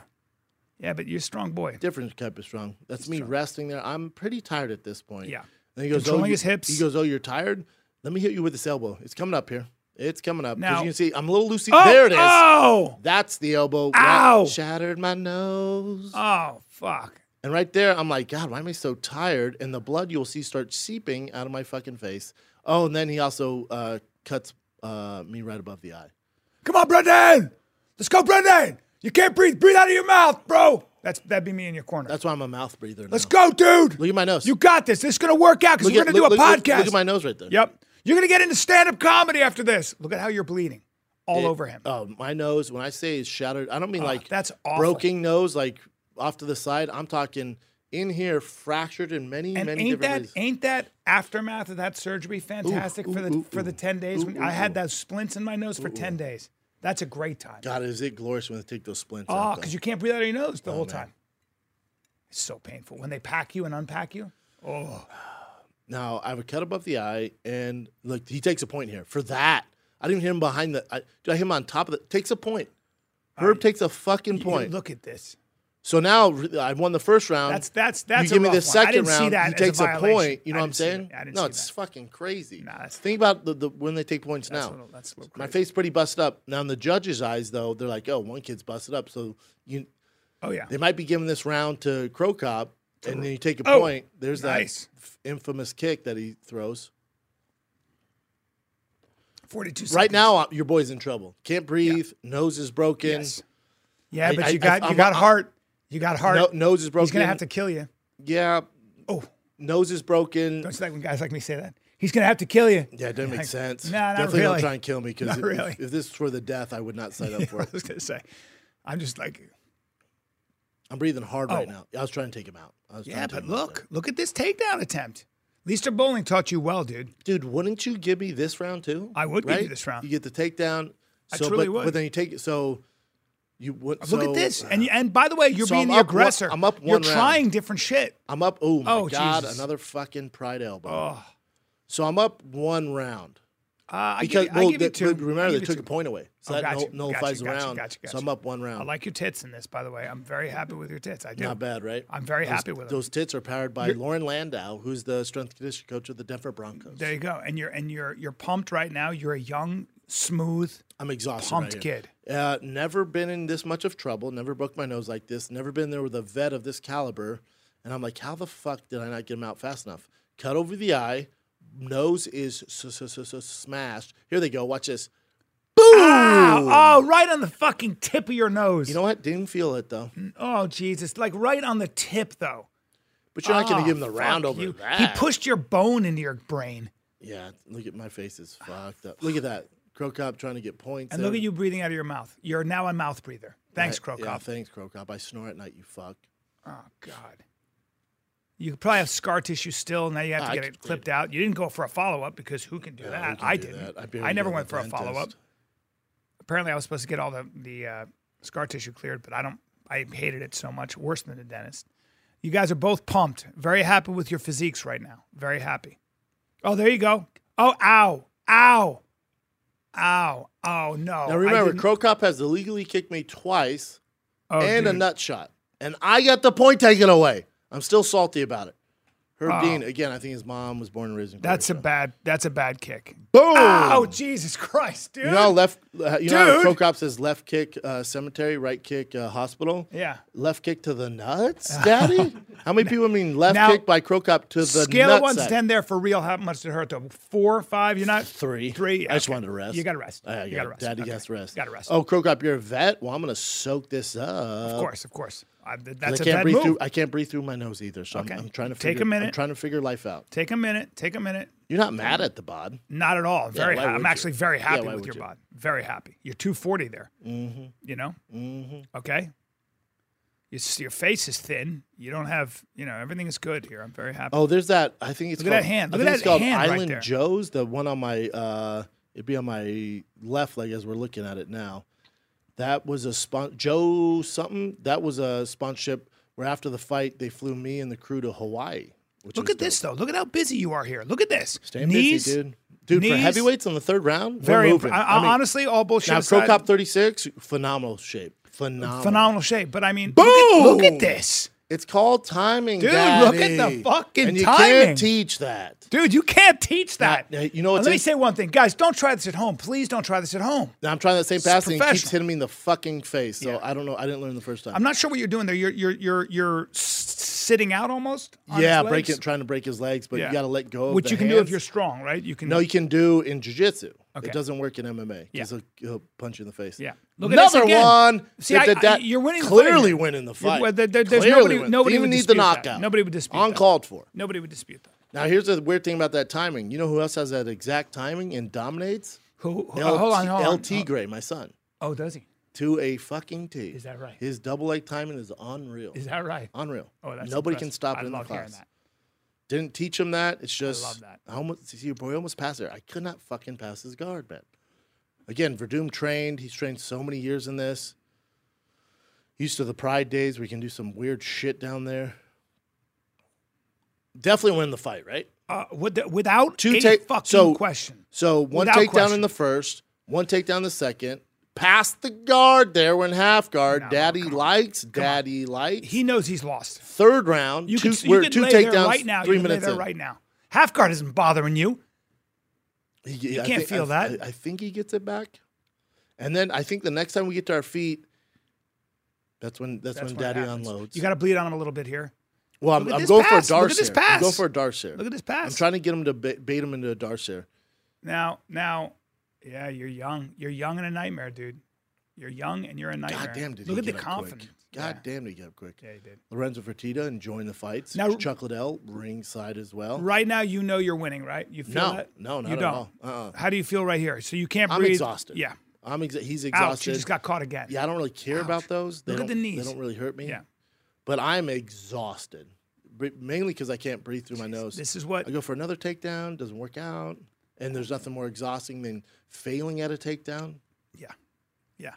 Speaker 2: Yeah, but you're a strong boy.
Speaker 1: different type of strong. That's me resting there. I'm pretty tired at this point.
Speaker 2: Yeah.
Speaker 1: And he goes, oh,
Speaker 2: Controlling
Speaker 1: you-
Speaker 2: his hips.
Speaker 1: He goes, oh, you're tired. Let me hit you with this elbow. It's coming up here. It's coming up. Because
Speaker 2: Now-
Speaker 1: you can see I'm a little loosey.
Speaker 2: Oh,
Speaker 1: there it is.
Speaker 2: Oh,
Speaker 1: That's the elbow.
Speaker 2: Ow!
Speaker 1: That shattered my nose.
Speaker 2: oh, fuck.
Speaker 1: And right there, I'm like, God, why am I so tired? And the blood you'll see starts seeping out of my fucking face. Oh, and then he also uh, cuts uh, me right above the eye.
Speaker 2: Come on, Brendan. Let's go, Brendan. You can't breathe. Breathe out of your mouth, bro. That's that'd be me in your corner.
Speaker 1: That's why I'm a mouth breather.
Speaker 2: Let's
Speaker 1: now.
Speaker 2: go, dude.
Speaker 1: Look at my nose.
Speaker 2: you got this. This is gonna work out because
Speaker 1: Look
Speaker 2: we're
Speaker 1: at-
Speaker 2: gonna
Speaker 1: look-
Speaker 2: do a
Speaker 1: look- look-
Speaker 2: podcast.
Speaker 1: Look at my nose right there.
Speaker 2: Yep. You're gonna get into stand-up comedy after this. Look at how you're bleeding all
Speaker 1: It-
Speaker 2: over him.
Speaker 1: Oh, my nose. When I say it's shattered, I don't mean like
Speaker 2: Ah, that's awful.
Speaker 1: broken nose, like off to the side. I'm talking in here, fractured in many,
Speaker 2: And
Speaker 1: many
Speaker 2: ain't
Speaker 1: different
Speaker 2: that
Speaker 1: ways.
Speaker 2: ain't that aftermath of that surgery fantastic for
Speaker 1: ooh,
Speaker 2: the
Speaker 1: ooh,
Speaker 2: for the
Speaker 1: ooh.
Speaker 2: ten days?
Speaker 1: Ooh,
Speaker 2: when
Speaker 1: ooh,
Speaker 2: I
Speaker 1: ooh.
Speaker 2: had those splints in my nose for ten days. That's a great time.
Speaker 1: God, is it glorious when they take those splints
Speaker 2: Oh,
Speaker 1: out? though.
Speaker 2: because you can't breathe out of your nose
Speaker 1: Oh,
Speaker 2: the whole time. It's so painful when they pack you and unpack you. Oh,
Speaker 1: Now I have a cut above the eye, and like he takes a point here for that. I didn't hit him behind the. I, do I hit him on top of the? Takes a point. Herb takes a fucking
Speaker 2: you
Speaker 1: point.
Speaker 2: look at this.
Speaker 1: so now re- I won the first round.
Speaker 2: That's that's that's.
Speaker 1: you give
Speaker 2: a
Speaker 1: me
Speaker 2: rough
Speaker 1: the
Speaker 2: one.
Speaker 1: second
Speaker 2: I didn't
Speaker 1: round.
Speaker 2: See that
Speaker 1: he
Speaker 2: as a
Speaker 1: takes a,
Speaker 2: violation.
Speaker 1: point. You know
Speaker 2: I
Speaker 1: what I'm
Speaker 2: didn't see
Speaker 1: saying?
Speaker 2: that. I didn't
Speaker 1: no,
Speaker 2: see
Speaker 1: it's
Speaker 2: that.
Speaker 1: fucking crazy.
Speaker 2: Nah, that's-
Speaker 1: Think about the, the when they take points
Speaker 2: That's
Speaker 1: now.
Speaker 2: a little- that's a little
Speaker 1: My
Speaker 2: crazy.
Speaker 1: face pretty busted up. Now in the judges' eyes, though, they're like, "Oh, one kid's busted up." So you,
Speaker 2: Oh yeah.
Speaker 1: they might be giving this round to Crow Cop, and then you take a
Speaker 2: Oh,
Speaker 1: point. There's
Speaker 2: nice.
Speaker 1: that f- infamous kick that he throws.
Speaker 2: Forty-two.
Speaker 1: Right
Speaker 2: seconds.
Speaker 1: now, uh, your boy's in trouble. Can't breathe. Nose is broken.
Speaker 2: Yes. Yeah,
Speaker 1: I-
Speaker 2: but
Speaker 1: I-
Speaker 2: you
Speaker 1: I-
Speaker 2: got you
Speaker 1: I'm-
Speaker 2: got
Speaker 1: I'm-
Speaker 2: heart. You got heart.
Speaker 1: No, nose is broken.
Speaker 2: He's gonna have to kill you.
Speaker 1: Yeah,
Speaker 2: Oh,
Speaker 1: nose is broken.
Speaker 2: don't you like when guys like me say that? He's gonna have to kill you. *laughs*
Speaker 1: Yeah, it doesn't make sense.
Speaker 2: Nah, not
Speaker 1: Definitely don't
Speaker 2: really.
Speaker 1: try and kill me because
Speaker 2: Not
Speaker 1: if,
Speaker 2: really.
Speaker 1: if this were the death, I would not sign up for
Speaker 2: I *laughs*
Speaker 1: it.
Speaker 2: was gonna say, I'm just like,
Speaker 1: I'm breathing hard right
Speaker 2: Oh.
Speaker 1: now. I was trying to take him out. I was trying to
Speaker 2: yeah,
Speaker 1: take
Speaker 2: but
Speaker 1: him out
Speaker 2: look, look at this takedown attempt. Lester Bowling taught you well, dude.
Speaker 1: there. dude, wouldn't you give me this round too?
Speaker 2: I would give
Speaker 1: right?
Speaker 2: you this round.
Speaker 1: You get the takedown.
Speaker 2: I
Speaker 1: So,
Speaker 2: truly
Speaker 1: but,
Speaker 2: would.
Speaker 1: But then you take it. So you would.
Speaker 2: Look
Speaker 1: so uh,
Speaker 2: at this, and you, and by the way, you're
Speaker 1: So
Speaker 2: being
Speaker 1: I'm
Speaker 2: the
Speaker 1: up one-
Speaker 2: aggressor.
Speaker 1: I'm up
Speaker 2: You're
Speaker 1: one round.
Speaker 2: trying different shit.
Speaker 1: I'm up. Oh my
Speaker 2: Oh,
Speaker 1: god!
Speaker 2: Jesus.
Speaker 1: Another fucking pride elbow. So I'm up one round.
Speaker 2: Uh, I
Speaker 1: Because
Speaker 2: give, you-
Speaker 1: well,
Speaker 2: I give
Speaker 1: they,
Speaker 2: you two.
Speaker 1: but
Speaker 2: I
Speaker 1: remember
Speaker 2: give
Speaker 1: they
Speaker 2: you
Speaker 1: took
Speaker 2: two.
Speaker 1: a point away, so that
Speaker 2: Oh, gotcha,
Speaker 1: nul-
Speaker 2: gotcha,
Speaker 1: nullifies the
Speaker 2: gotcha,
Speaker 1: round.
Speaker 2: gotcha,
Speaker 1: So I'm
Speaker 2: gotcha.
Speaker 1: up one round.
Speaker 2: I like your tits in this, by the way. I'm very happy with your tits. I do.
Speaker 1: Not bad, right?
Speaker 2: I'm very
Speaker 1: Those-
Speaker 2: happy with them.
Speaker 1: Those tits are powered by Lauren Landau, who's the strength and conditioning coach of the Denver Broncos.
Speaker 2: There you go. And you're and you're you're pumped right now. You're a young, smooth.
Speaker 1: I'm exhausted.
Speaker 2: pumped
Speaker 1: right here.
Speaker 2: kid.
Speaker 1: Uh, never been in this much of trouble. Never broke my nose like this. Never been there with a vet of this caliber. And I'm like, how the fuck did I not get him out fast enough? Cut over the eye. Nose is s- s- s- s- smashed. Here they go. Watch this.
Speaker 2: Ah, oh, right on the fucking tip of your nose.
Speaker 1: You know what? Didn't feel it though.
Speaker 2: oh Jesus! Like right on the tip, though.
Speaker 1: But you're not going
Speaker 2: Ah,
Speaker 1: to give him the round
Speaker 2: fuck
Speaker 1: over
Speaker 2: you.
Speaker 1: that.
Speaker 2: He pushed your bone into your brain,
Speaker 1: Yeah. Look at my face is fucked up. Look at that. Crow Cop trying to get points.
Speaker 2: and
Speaker 1: there.
Speaker 2: look at you breathing out of your mouth. You're now a mouth breather. Thanks,
Speaker 1: Right,
Speaker 2: Krokop.
Speaker 1: Yeah, thanks, Crow Cop. I snore at night. You fuck.
Speaker 2: Oh God. You probably have scar tissue still. Now you have to
Speaker 1: I
Speaker 2: get
Speaker 1: can
Speaker 2: it clipped out. You didn't go for a follow up because who can do
Speaker 1: Yeah,
Speaker 2: that?
Speaker 1: we can
Speaker 2: I
Speaker 1: do
Speaker 2: didn't.
Speaker 1: that. I
Speaker 2: I,
Speaker 1: barely
Speaker 2: never
Speaker 1: go to
Speaker 2: went
Speaker 1: the
Speaker 2: for a follow up.
Speaker 1: dentist.
Speaker 2: Apparently, I was supposed to get all the the uh, scar tissue cleared, but I don't. I hated it so much, worse than the dentist. You guys are both pumped. Very happy with your physiques right now. Very happy. Oh, there you go. Oh, ow, ow, ow, oh no.
Speaker 1: Now
Speaker 2: I
Speaker 1: remember,
Speaker 2: didn't-
Speaker 1: Crow Cop has illegally kicked me twice
Speaker 2: oh,
Speaker 1: and a
Speaker 2: dude.
Speaker 1: nut shot, and I got the point taken away. I'm still salty about it. Herb
Speaker 2: Wow.
Speaker 1: Dean again. I think his mom was born and raised in.
Speaker 2: Ah. That's a
Speaker 1: Croatia.
Speaker 2: bad. That's a bad kick.
Speaker 1: boom.
Speaker 2: Oh Jesus Christ, dude.
Speaker 1: you know how left. uh, You know how
Speaker 2: Dude.
Speaker 1: Crow Cop says left kick uh, cemetery, right kick uh, hospital.
Speaker 2: yeah.
Speaker 1: Left kick to the
Speaker 2: *laughs*
Speaker 1: nuts, Daddy. how many people mean left
Speaker 2: Now-
Speaker 1: kick by Crow Cop to the
Speaker 2: Scale
Speaker 1: nut
Speaker 2: of one to
Speaker 1: sack?
Speaker 2: ten there for real. How much did it hurt though? Four, five? You're not
Speaker 1: Three.
Speaker 2: Three.
Speaker 1: I just
Speaker 2: okay.
Speaker 1: wanted to rest.
Speaker 2: You gotta rest.
Speaker 1: I
Speaker 2: you gotta rest.
Speaker 1: Daddy
Speaker 2: Okay.
Speaker 1: has to rest.
Speaker 2: Gotta rest.
Speaker 1: Oh, Crow Cop, you're a vet. Well, I'm gonna soak this up.
Speaker 2: Of course, of course. I, th- that's
Speaker 1: I can't
Speaker 2: a bad
Speaker 1: breathe
Speaker 2: move.
Speaker 1: through. I can't breathe through my nose either. So
Speaker 2: Okay.
Speaker 1: I'm, I'm trying to
Speaker 2: Take a
Speaker 1: figure, I'm
Speaker 2: minute. Mm.
Speaker 1: trying to figure life out.
Speaker 2: Take a minute. Take a minute.
Speaker 1: You're not mad at the bod.
Speaker 2: Not at all. I'm very.
Speaker 1: why
Speaker 2: ha-
Speaker 1: would
Speaker 2: I'm
Speaker 1: you?
Speaker 2: actually very happy
Speaker 1: why
Speaker 2: with
Speaker 1: would
Speaker 2: your
Speaker 1: you?
Speaker 2: bod. Very happy. You're 240 there. Mm-hmm. You know. Mm-hmm. Okay. Your, s- your face is thin. You don't have. You know everything is good here. I'm very happy.
Speaker 1: Oh, there's that. I think it's
Speaker 2: Look at
Speaker 1: called,
Speaker 2: that hand.
Speaker 1: I
Speaker 2: Look
Speaker 1: think
Speaker 2: at
Speaker 1: it's
Speaker 2: that
Speaker 1: called
Speaker 2: hand right
Speaker 1: Island
Speaker 2: there.
Speaker 1: Joe's. The one on my uh, it'd be on my left leg as we're looking at it now. That was a spon- Joe something. That was a sponsorship where after the fight they flew me and the crew to Hawaii. Which
Speaker 2: Look
Speaker 1: was
Speaker 2: at this though. Look at how busy you are here. Look at this.
Speaker 1: Damn busy,
Speaker 2: Knees.
Speaker 1: dude. Dude, for
Speaker 2: knees-
Speaker 1: heavyweights on the third round,
Speaker 2: Very.
Speaker 1: we're
Speaker 2: imp-
Speaker 1: moving.
Speaker 2: I, I-
Speaker 1: I mean,
Speaker 2: honestly, all bullshit.
Speaker 1: now Pro
Speaker 2: aside,
Speaker 1: Cop 36, phenomenal shape. Phenomenal.
Speaker 2: Oh. phenomenal shape. But I mean, look at, look at
Speaker 1: Boom!
Speaker 2: this,
Speaker 1: It's called timing,
Speaker 2: Dude,
Speaker 1: Daddy.
Speaker 2: look at the fucking
Speaker 1: and you
Speaker 2: timing.
Speaker 1: can't teach that.
Speaker 2: dude. You can't teach that.
Speaker 1: Now, you know what's
Speaker 2: Let me
Speaker 1: in-
Speaker 2: say one thing, guys. Don't try this at home. Please don't try this at home.
Speaker 1: Now I'm trying that same pass and he keeps
Speaker 2: professional.
Speaker 1: hitting me in the fucking face. So I don't know. I didn't learn the first time.
Speaker 2: I'm not sure what you're doing there. You're you're you're you're s- sitting out almost. on his
Speaker 1: yeah,
Speaker 2: legs?
Speaker 1: breaking, trying to break his legs, but
Speaker 2: Yeah.
Speaker 1: you got to let go. Of
Speaker 2: Which
Speaker 1: the
Speaker 2: you can do if
Speaker 1: hands.
Speaker 2: you're strong, right? You can.
Speaker 1: No, you can do in jujitsu.
Speaker 2: Okay.
Speaker 1: It doesn't work in MMA
Speaker 2: Yeah.
Speaker 1: because he'll, he'll punch you in the face.
Speaker 2: Yeah. Look at this
Speaker 1: Another
Speaker 2: again.
Speaker 1: one.
Speaker 2: See,
Speaker 1: Did
Speaker 2: I-
Speaker 1: the
Speaker 2: I-
Speaker 1: da-
Speaker 2: you're winning the fight
Speaker 1: Clearly
Speaker 2: here.
Speaker 1: winning the
Speaker 2: You're-
Speaker 1: fight.
Speaker 2: well, there- there- there's
Speaker 1: Clearly
Speaker 2: nobody-
Speaker 1: winning.
Speaker 2: nobody
Speaker 1: Didn't
Speaker 2: would
Speaker 1: need the
Speaker 2: dispute that.
Speaker 1: knockout.
Speaker 2: Nobody would dispute that.
Speaker 1: Uncalled for.
Speaker 2: nobody would dispute that.
Speaker 1: Now here's the weird thing about that timing. You know who else has that exact timing and dominates?
Speaker 2: Who? who-
Speaker 1: LT,
Speaker 2: oh, hold on, hold on.
Speaker 1: LT Gray, my son,
Speaker 2: Oh, does he?
Speaker 1: to a fucking T.
Speaker 2: Is that right?
Speaker 1: His double leg timing is unreal.
Speaker 2: Is that right?
Speaker 1: unreal.
Speaker 2: Oh, that's
Speaker 1: nobody
Speaker 2: impressive.
Speaker 1: can stop
Speaker 2: I
Speaker 1: it in the
Speaker 2: love hearing
Speaker 1: class.
Speaker 2: that.
Speaker 1: Didn't teach him that. It's just
Speaker 2: love that.
Speaker 1: I almost see your boy almost passed there. I could not fucking pass his guard, man. Again, Verdum trained. He's trained so many years in this. Used to the Pride days where you can do some weird shit down there. Definitely win the fight, right?
Speaker 2: Uh, with the, without
Speaker 1: Two
Speaker 2: a
Speaker 1: take-
Speaker 2: fucking
Speaker 1: so-
Speaker 2: question.
Speaker 1: So one
Speaker 2: Without
Speaker 1: takedown
Speaker 2: question.
Speaker 1: in the first, one takedown the second. Past the guard there, we're in half guard.
Speaker 2: No,
Speaker 1: daddy
Speaker 2: come on.
Speaker 1: likes, daddy likes.
Speaker 2: He knows he's lost.
Speaker 1: Third round,
Speaker 2: You
Speaker 1: two,
Speaker 2: could, you
Speaker 1: we're
Speaker 2: could
Speaker 1: two
Speaker 2: lay
Speaker 1: takedowns,
Speaker 2: there right now.
Speaker 1: three
Speaker 2: you could lay
Speaker 1: minutes
Speaker 2: there
Speaker 1: in.
Speaker 2: right now. Half guard isn't bothering you.
Speaker 1: He, you
Speaker 2: can't feel that.
Speaker 1: I, I think he gets it back. And then I think the next time we get to our feet, that's when that's,
Speaker 2: That's
Speaker 1: when
Speaker 2: what
Speaker 1: daddy
Speaker 2: happens.
Speaker 1: unloads.
Speaker 2: You got to bleed on him a little bit here.
Speaker 1: well, I'm,
Speaker 2: look at
Speaker 1: I'm
Speaker 2: this
Speaker 1: going
Speaker 2: pass.
Speaker 1: for a
Speaker 2: Look
Speaker 1: Darce
Speaker 2: at this
Speaker 1: here. I'm going
Speaker 2: pass.
Speaker 1: for a Darce here.
Speaker 2: Look at this pass.
Speaker 1: I'm trying to get him to ba- bait him into a Darce here.
Speaker 2: Now, now, yeah, you're young. You're young and a nightmare, dude. You're young and you're a nightmare.
Speaker 1: God damn, did
Speaker 2: Look
Speaker 1: he
Speaker 2: at
Speaker 1: get
Speaker 2: the
Speaker 1: up
Speaker 2: confidence.
Speaker 1: quick. God damn, did he get up quick.
Speaker 2: Yeah. yeah, he did.
Speaker 1: Lorenzo Fertitta enjoying the fights.
Speaker 2: Now-
Speaker 1: Now, Chuck Liddell ringside as well.
Speaker 2: Right now, you know you're winning, right? You feel
Speaker 1: No,
Speaker 2: that?
Speaker 1: no, not
Speaker 2: you
Speaker 1: at
Speaker 2: don't.
Speaker 1: all. Uh-uh.
Speaker 2: How do you feel right here? So you can't
Speaker 1: I'm
Speaker 2: breathe.
Speaker 1: exhausted.
Speaker 2: Yeah.
Speaker 1: I'm exa- he's
Speaker 2: Ouch! You
Speaker 1: exhausted.
Speaker 2: just got caught again.
Speaker 1: yeah, I don't really care about those. They
Speaker 2: Look at
Speaker 1: don't-
Speaker 2: the knees.
Speaker 1: They don't really hurt me.
Speaker 2: Yeah.
Speaker 1: but I'm exhausted, Br- mainly because I can't breathe through my nose.
Speaker 2: This is what
Speaker 1: I go for another takedown, doesn't work out, and there's nothing more exhausting than failing at a takedown.
Speaker 2: Yeah. Yeah.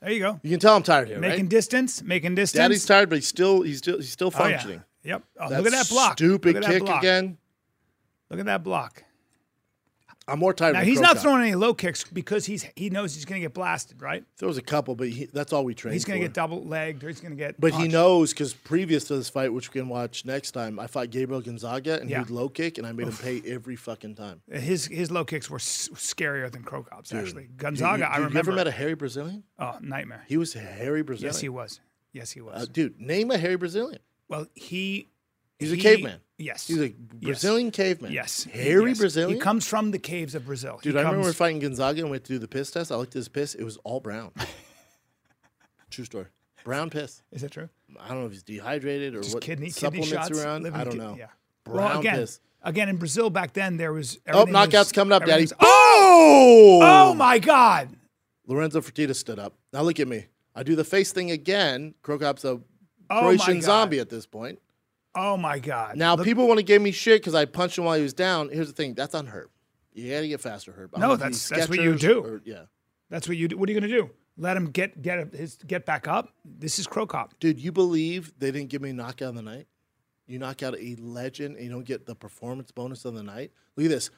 Speaker 2: There you go.
Speaker 1: You can tell I'm tired here,
Speaker 2: Making
Speaker 1: right?
Speaker 2: distance, making distance.
Speaker 1: Daddy's tired, but he's still he's still he's still
Speaker 2: Oh, yeah.
Speaker 1: functioning.
Speaker 2: Yep. Oh, look at that block.
Speaker 1: Stupid
Speaker 2: Look at that
Speaker 1: kick
Speaker 2: block.
Speaker 1: again.
Speaker 2: Look at that block.
Speaker 1: I'm more tired.
Speaker 2: Now
Speaker 1: of
Speaker 2: he's not
Speaker 1: Krokop.
Speaker 2: throwing any low kicks because he's he knows he's going to get blasted, right?
Speaker 1: Throws a couple, but he, that's all we train.
Speaker 2: He's going to
Speaker 1: for.
Speaker 2: get double legged or he's going to get.
Speaker 1: But he
Speaker 2: punched.
Speaker 1: knows because previous to this fight, which we can watch next time, I fought Gabriel Gonzaga and
Speaker 2: Yeah.
Speaker 1: he'd low kick, and I made him pay every fucking time.
Speaker 2: his his low kicks were s- scarier than Krokop's actually.
Speaker 1: You-
Speaker 2: Gonzaga,
Speaker 1: you,
Speaker 2: I
Speaker 1: dude, You ever
Speaker 2: remember.
Speaker 1: met a hairy Brazilian?
Speaker 2: oh, nightmare.
Speaker 1: He was a hairy Brazilian.
Speaker 2: yes, he was. Yes, he was.
Speaker 1: Uh, dude, name a hairy Brazilian.
Speaker 2: well, he.
Speaker 1: He's a
Speaker 2: he-
Speaker 1: caveman.
Speaker 2: Yes.
Speaker 1: He's a Brazilian caveman.
Speaker 2: Yes.
Speaker 1: Hairy
Speaker 2: Yes.
Speaker 1: Brazilian.
Speaker 2: He comes from the caves of Brazil.
Speaker 1: Dude,
Speaker 2: he
Speaker 1: I remember we were
Speaker 2: comes-
Speaker 1: fighting Gonzaga and went to do the piss test. I looked at his piss; it was all
Speaker 2: *laughs*
Speaker 1: brown. True story. Brown piss.
Speaker 2: Is that true?
Speaker 1: I don't know if he's dehydrated or what
Speaker 2: kidney kidney
Speaker 1: supplements
Speaker 2: shots.
Speaker 1: around.
Speaker 2: living
Speaker 1: I don't
Speaker 2: ki-
Speaker 1: know.
Speaker 2: Yeah.
Speaker 1: Brown
Speaker 2: well, again,
Speaker 1: piss.
Speaker 2: again in Brazil back then there was
Speaker 1: Oh,
Speaker 2: everything was-
Speaker 1: knockouts coming up,
Speaker 2: everything
Speaker 1: Daddy.
Speaker 2: was-
Speaker 1: Oh!
Speaker 2: Oh my God!
Speaker 1: Lorenzo Fertitta stood up. Now look at me. I do the face thing again. Krokop's a
Speaker 2: Oh my
Speaker 1: Croatian
Speaker 2: God.
Speaker 1: zombie at this point.
Speaker 2: Oh my God!
Speaker 1: Now people want to give me shit because I punched him while he was down. Here's the thing. That's on Herb. You got to get faster, Herb. I don't
Speaker 2: No,
Speaker 1: know if
Speaker 2: that's-
Speaker 1: he's
Speaker 2: that's what you
Speaker 1: Skechers
Speaker 2: do.
Speaker 1: or- yeah.
Speaker 2: That's what you do. What are you going to do? Let him get get his get back up. This is Krokop.
Speaker 1: Dude, you believe they didn't give me a knockout of the night? You knock out a legend and you don't get the performance bonus of the night? Look at this.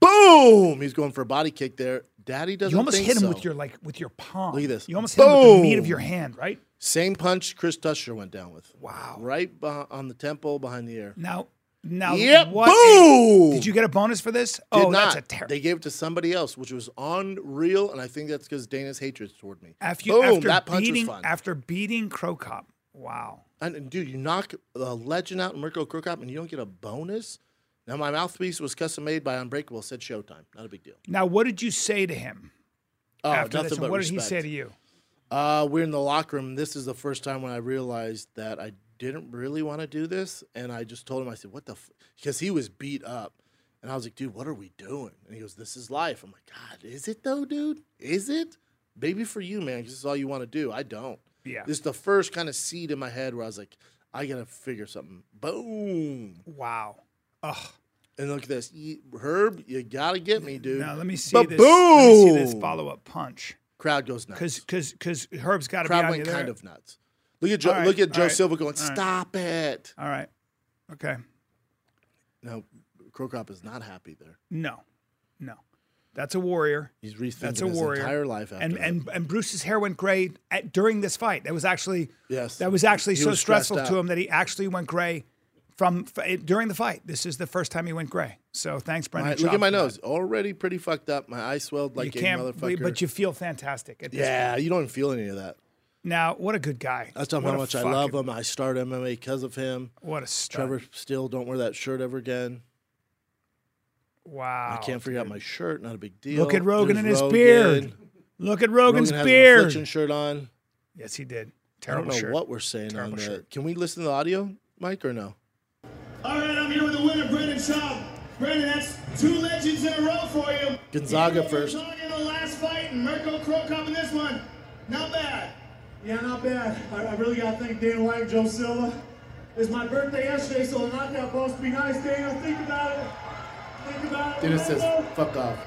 Speaker 1: Boom! He's going for a body kick there. Daddy doesn't
Speaker 2: You almost
Speaker 1: think
Speaker 2: hit him
Speaker 1: so.
Speaker 2: with your like with your palm.
Speaker 1: Look at this.
Speaker 2: You almost hit him with the meat of
Speaker 1: Boom.
Speaker 2: your hand, right?
Speaker 1: Same punch Chris Tusher went down with.
Speaker 2: Wow.
Speaker 1: Right beh- on the temple, behind the ear.
Speaker 2: Now, now,
Speaker 1: Yep.
Speaker 2: what? a-
Speaker 1: Boom!
Speaker 2: did you get a bonus for this?
Speaker 1: Did
Speaker 2: oh,
Speaker 1: not.
Speaker 2: that's a terrible.
Speaker 1: They gave it to somebody else, which was unreal, and I think that's because Dana's hatred toward me.
Speaker 2: After you,
Speaker 1: Boom!
Speaker 2: after
Speaker 1: that punch
Speaker 2: beating,
Speaker 1: was fun.
Speaker 2: after beating Krokop. Wow.
Speaker 1: And, and dude, you knock the legend out, Mirko Krokop, and you don't get a bonus. Now my mouthpiece was custom made by Unbreakable. It Said Showtime. Not a big deal.
Speaker 2: Now, what did you say to him
Speaker 1: Oh,
Speaker 2: after
Speaker 1: nothing
Speaker 2: this? And
Speaker 1: but
Speaker 2: what
Speaker 1: respect.
Speaker 2: did he say to you?
Speaker 1: Uh, we're in the locker room. This is the first time when I realized that I didn't really want to do this, and I just told him, I said, "What the?" Because he was beat up, and I was like, "Dude, what are we doing?" And he goes, "This is life." I'm like, "God, is it though, dude? Is it? Maybe for you, man, 'cause this is all you want to do. I don't.
Speaker 2: Yeah.
Speaker 1: This is the first kind of seed in my head where I was like, I gotta figure something. Boom.
Speaker 2: Wow. Ugh.
Speaker 1: And look at this, Ye- Herb. You gotta get me, dude.
Speaker 2: Now let me see
Speaker 1: But
Speaker 2: this. Let me see this
Speaker 1: boom!
Speaker 2: follow up punch
Speaker 1: Crowd goes nuts.
Speaker 2: because because because Herb's got to be
Speaker 1: Crowd
Speaker 2: on you
Speaker 1: went
Speaker 2: there.
Speaker 1: kind of nuts. Look at Joe.
Speaker 2: All right,
Speaker 1: look at Joe
Speaker 2: all right,
Speaker 1: Silva going,
Speaker 2: all right.
Speaker 1: "Stop it."
Speaker 2: All right. Okay.
Speaker 1: No, Krokop is not happy there.
Speaker 2: No. No. That's a warrior.
Speaker 1: He's rethinking
Speaker 2: That's a
Speaker 1: his
Speaker 2: warrior.
Speaker 1: entire life after
Speaker 2: and
Speaker 1: that.
Speaker 2: and and Bruce's hair went gray at, during this fight. That was actually
Speaker 1: Yes.
Speaker 2: that was actually
Speaker 1: He
Speaker 2: so
Speaker 1: was stressed
Speaker 2: stressful to
Speaker 1: out.
Speaker 2: him that he actually went gray from f- it- during the fight. This is the first time he went gray. So thanks,
Speaker 1: All
Speaker 2: Brendan.
Speaker 1: right, look
Speaker 2: Schaub,
Speaker 1: at my
Speaker 2: for that.
Speaker 1: nose. Already pretty fucked up. My eye swelled
Speaker 2: You
Speaker 1: like a
Speaker 2: can't,
Speaker 1: motherfucker.
Speaker 2: but you feel fantastic. At this point.
Speaker 1: yeah, you don't even feel any of that.
Speaker 2: Now, what a good guy.
Speaker 1: That's how
Speaker 2: What a
Speaker 1: much I
Speaker 2: fucking-
Speaker 1: love him. I start MMA because of him.
Speaker 2: What a stud.
Speaker 1: Trevor still don't wear that shirt ever again.
Speaker 2: Wow.
Speaker 1: I can't figure out my shirt. Not a big deal.
Speaker 2: Oh, Look at Rogan
Speaker 1: There's
Speaker 2: and his
Speaker 1: Rogan.
Speaker 2: beard. Look at
Speaker 1: Rogan
Speaker 2: Rogan's
Speaker 1: has an
Speaker 2: beard.
Speaker 1: affliction shirt on.
Speaker 2: yes, he
Speaker 1: I
Speaker 2: did.
Speaker 1: don't
Speaker 2: Terrible
Speaker 1: know
Speaker 2: shirt.
Speaker 1: what we're saying
Speaker 2: Terrible
Speaker 1: on the.
Speaker 2: shirt.
Speaker 1: Can we listen to the audio, Mike, or no?
Speaker 3: All right, I'm here with the winner, Brendan Schaub. Brendan, that's two legends in a row for you.
Speaker 1: Gonzaga
Speaker 3: Diego
Speaker 1: first.
Speaker 3: Gonzaga in the last fight, and Mirko Krokop in this one. Not bad. Yeah, not bad. I, I really got to thank Dana White and Joe Silva. It's my birthday yesterday, so the knockout must be nice, Dana. Think about it. Think about it.
Speaker 1: Dude, it says
Speaker 3: Lorenzo.
Speaker 1: "fuck off."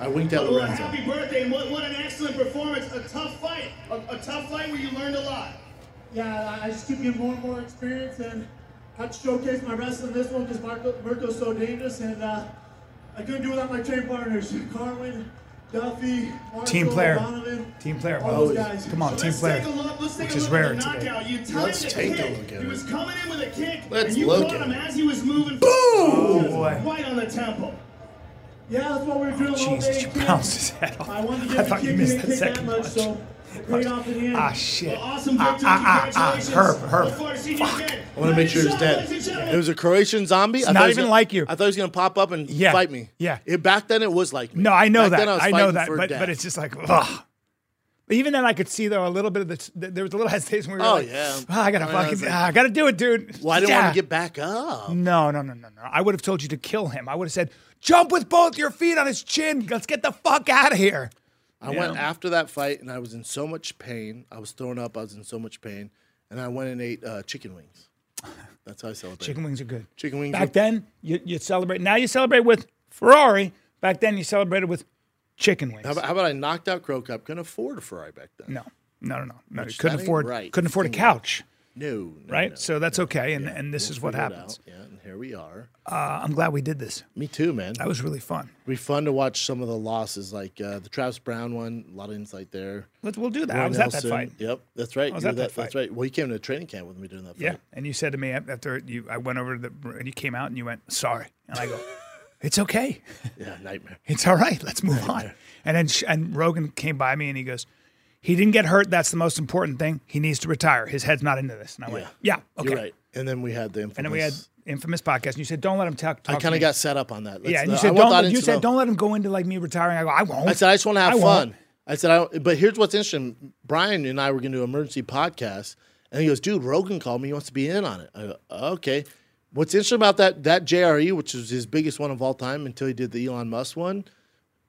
Speaker 1: I winked at
Speaker 3: Well,
Speaker 1: Lorenzo.
Speaker 3: happy birthday, and what, what an excellent performance. A tough fight. A, a tough fight where you learned a lot.
Speaker 4: Yeah, I I just keep getting more and more experience and had to showcase my wrestling this one because Marco, Mirko's so dangerous and uh, I couldn't do without my train partners, *laughs* Carwin, Duffy, Marco,
Speaker 2: Team player.
Speaker 4: Donovan.
Speaker 2: Team player.
Speaker 4: All those
Speaker 1: Always.
Speaker 4: guys.
Speaker 2: Come on, team
Speaker 3: So let's
Speaker 2: player.
Speaker 3: Take a look, let's take
Speaker 2: which
Speaker 3: a
Speaker 2: is
Speaker 3: look
Speaker 2: rare
Speaker 3: at the
Speaker 2: today.
Speaker 3: knockout. You timed
Speaker 1: Let's
Speaker 3: the
Speaker 1: take a
Speaker 3: kick.
Speaker 1: look at
Speaker 3: He
Speaker 1: it.
Speaker 3: was coming in with a kick,
Speaker 1: Let's
Speaker 3: and you
Speaker 1: look
Speaker 3: caught
Speaker 1: at
Speaker 3: him
Speaker 1: it.
Speaker 3: as he was moving.
Speaker 2: Oh, boy.
Speaker 3: Right on the temple.
Speaker 4: Yeah, that's what we were doing all
Speaker 2: Jesus,
Speaker 4: day.
Speaker 2: you
Speaker 4: kids.
Speaker 2: bounced his head off.
Speaker 4: I wanted to get
Speaker 2: I
Speaker 4: the
Speaker 2: thought you
Speaker 4: kick,
Speaker 2: missed
Speaker 4: didn't kick
Speaker 2: that second
Speaker 4: that much,
Speaker 2: punch.
Speaker 4: so great off in the end.
Speaker 2: Ah, shit.
Speaker 3: Well, awesome
Speaker 2: ah,
Speaker 3: victory.
Speaker 2: ah, ah, ah.
Speaker 3: Congratulations.
Speaker 2: Herb,
Speaker 3: Look
Speaker 2: Herb.
Speaker 3: forward to seeing you again.
Speaker 1: I want to make sure he's dead.
Speaker 3: Ladies and
Speaker 1: It
Speaker 3: gentlemen,
Speaker 1: was a Croatian zombie. I
Speaker 2: not
Speaker 1: thought he was
Speaker 2: even
Speaker 1: gonna-
Speaker 2: like you.
Speaker 1: I thought he was going to pop up and
Speaker 2: Yeah,
Speaker 1: fight me.
Speaker 2: yeah.
Speaker 1: It, back then, it was like me.
Speaker 2: No, I know
Speaker 1: Back
Speaker 2: that.
Speaker 1: then
Speaker 2: I,
Speaker 1: was
Speaker 2: know
Speaker 1: fighting
Speaker 2: that,
Speaker 1: for
Speaker 2: but,
Speaker 1: death.
Speaker 2: but it's just like, ugh. But even then, I could see though a little bit of the. There was a little *laughs* hesitation. Where we were
Speaker 1: Oh,
Speaker 2: like,
Speaker 1: yeah.
Speaker 2: "Ah, I gotta
Speaker 1: I know,
Speaker 2: fucking,
Speaker 1: it's like-
Speaker 2: ah, I gotta do it, dude.
Speaker 1: Well, I didn't
Speaker 2: yeah.
Speaker 1: want to get back up.
Speaker 2: No, no, no, no, no. I would have told you to kill him. I would have said, jump with both your feet on his chin. Let's get the fuck out of here.
Speaker 1: I went after that fight, and I was in so much pain. I was thrown up. I was in so much pain, and I went and ate uh, chicken wings. That's how I celebrate.
Speaker 2: Chicken wings are good.
Speaker 1: Chicken wings
Speaker 2: Back
Speaker 1: are-
Speaker 2: then, you you celebrate. Now you celebrate with Ferrari. Back then, you celebrated with chicken wings.
Speaker 1: How, about, how about I knocked out Crow Cup? Couldn't afford a Ferrari back then.
Speaker 2: no, no, no, no. no. You
Speaker 1: Which
Speaker 2: couldn't
Speaker 1: that ain't
Speaker 2: afford.
Speaker 1: right.
Speaker 2: Couldn't afford a
Speaker 1: Anyway.
Speaker 2: couch,
Speaker 1: No, no
Speaker 2: right?
Speaker 1: no.
Speaker 2: so that's okay, and and this
Speaker 1: We'll
Speaker 2: is what
Speaker 1: figure it
Speaker 2: happens.
Speaker 1: out. Yeah, and here we are.
Speaker 2: Uh, I'm glad we did this.
Speaker 1: Me too, man.
Speaker 2: That was really fun.
Speaker 1: It'd be fun to watch some of the losses, like uh, the Travis Brown one. A lot of insight there.
Speaker 2: Let's, we'll do that. I was at that
Speaker 1: Nelson.
Speaker 2: fight.
Speaker 1: Yep, that's right.
Speaker 2: I was
Speaker 1: You
Speaker 2: at
Speaker 1: were
Speaker 2: that
Speaker 1: That's
Speaker 2: fight.
Speaker 1: right. Well, you came to training camp with me during that fight.
Speaker 2: Yeah, and you said to me af- after you, I went over to the and you came out and you went sorry,
Speaker 1: *laughs*
Speaker 2: and I go, it's okay,
Speaker 1: Yeah, nightmare.
Speaker 2: it's all right, let's move
Speaker 1: *laughs*
Speaker 2: on. And then sh- and Rogan came by me and he goes, he didn't get hurt. That's the most important thing. He needs to retire. His head's not into this. And I went, yeah, okay.
Speaker 1: You're right. And then we had the infamous.
Speaker 2: And then we had infamous podcast, and you said don't let him talk. talk
Speaker 1: I
Speaker 2: to
Speaker 1: kind
Speaker 2: me."
Speaker 1: of got set up on that. Let's-
Speaker 2: yeah. And you
Speaker 1: I
Speaker 2: said
Speaker 1: want the
Speaker 2: don't.
Speaker 1: audience
Speaker 2: You
Speaker 1: to
Speaker 2: said
Speaker 1: know.
Speaker 2: don't let him go into like me retiring. I go, I won't.
Speaker 1: I said I just want to have fun.
Speaker 2: I won't.
Speaker 1: I said, I don't, but here's what's interesting. Brian and I were going to do an emergency podcast, and he goes, "Dude, Rogan called me. He wants to be in on it." I go, "Okay." What's interesting about that that JRE, which was his biggest one of all time until he did the Elon Musk one,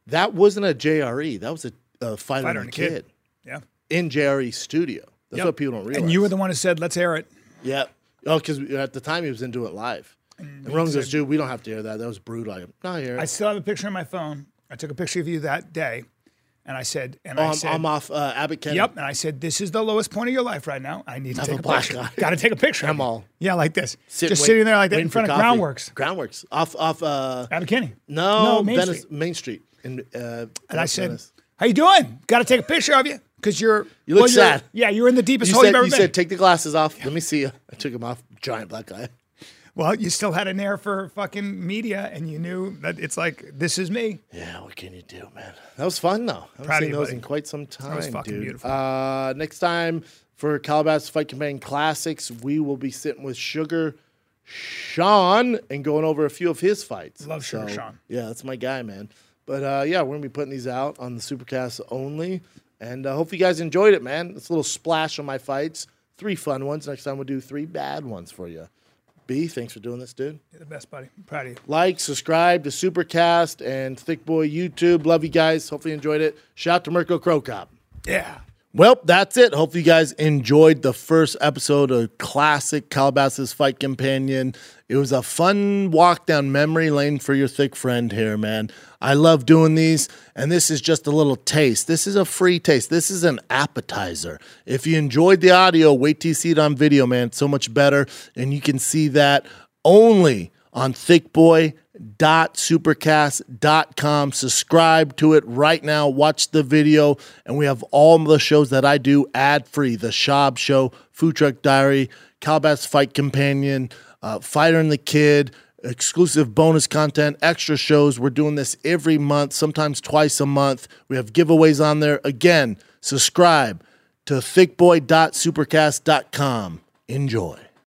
Speaker 1: that wasn't a JRE. That was a, a fighter, and a kid,
Speaker 2: Yeah.
Speaker 1: in JRE studio. That's
Speaker 2: Yep.
Speaker 1: what people don't realize.
Speaker 2: And you were the one who said let's air it.
Speaker 1: yeah. Oh, because at the time he was into it live. And Rogan goes, "Dude, we don't have to hear that. That was brutal." I go, "No, here.
Speaker 2: I still have a picture on my phone. I took a picture of you that day, and I said, and I
Speaker 1: I'm,
Speaker 2: said,
Speaker 1: I'm off uh, Abbott Kennedy.
Speaker 2: Yep. And I said, "This is the lowest point of your life right now. I need to
Speaker 1: have
Speaker 2: take
Speaker 1: a
Speaker 2: a,
Speaker 1: black
Speaker 2: picture.
Speaker 1: eye.
Speaker 2: Got to take a picture.
Speaker 1: I'm all-
Speaker 2: Yeah, like this.
Speaker 1: Sit-
Speaker 2: Just
Speaker 1: wait-
Speaker 2: sitting there like that in
Speaker 1: waiting for
Speaker 2: front of
Speaker 1: coffee.
Speaker 2: Groundworks.
Speaker 1: Groundworks off off uh
Speaker 2: Out of Kenny.
Speaker 1: no,
Speaker 2: Main
Speaker 1: Venice
Speaker 2: Street.
Speaker 1: Main Street in uh
Speaker 2: And I said,
Speaker 1: Venice.
Speaker 2: "How you doing? Got to take a picture of you because you're
Speaker 1: You look
Speaker 2: well, you're-
Speaker 1: sad.
Speaker 2: Yeah, you're in the deepest
Speaker 1: you
Speaker 2: hole
Speaker 1: said
Speaker 2: you've ever
Speaker 1: you
Speaker 2: been.
Speaker 1: said take the glasses off. Let me see you. I took them off. Giant black guy.
Speaker 2: well, you still had an air for fucking media, and you knew that it's like this is me.
Speaker 1: Yeah, what can you do, man? That was fun though. I haven't
Speaker 2: Proud of
Speaker 1: seen
Speaker 2: you,
Speaker 1: those
Speaker 2: buddy.
Speaker 1: in quite some time,
Speaker 2: was fucking
Speaker 1: dude.
Speaker 2: beautiful.
Speaker 1: Uh, next time for Calabasas Fight Companion Classics, we will be sitting with Sugar Sean and going over a few of his fights.
Speaker 2: Love Sugar Sean.
Speaker 1: Yeah, that's my guy, man. But uh, yeah, we're gonna be putting these out on the Supercast only, and uh, hope you guys enjoyed it, man. It's a little splash on my fights. Three fun ones. Next time we'll do three bad ones for you. B, thanks for doing this, dude
Speaker 2: You're the best, buddy. I'm proud of you.
Speaker 1: like, subscribe to Supercast and Thick Boy YouTube. Love you guys. Hopefully you enjoyed it. Shout out to Mirko Crocop.
Speaker 2: Yeah."
Speaker 1: Well, that's it. Hopefully you guys enjoyed the first episode of Classic Calabasas Fight Companion. It was a fun walk down memory lane for your thick friend here, man. I love doing these, and this is just a little taste. This is a free taste. This is an appetizer. If you enjoyed the audio, wait till you see it on video, man. It's so much better, and you can see that only on thickboy.supercast.com. Subscribe to it right now. Watch the video. And we have all the shows that I do ad free The Shab Show, Food Truck Diary, Calabas Fight Companion, uh, Fighter and the Kid. Exclusive bonus content, extra shows. We're doing this every month, sometimes twice a month. We have giveaways on there. Again, subscribe to thickboy.supercast.com. Enjoy.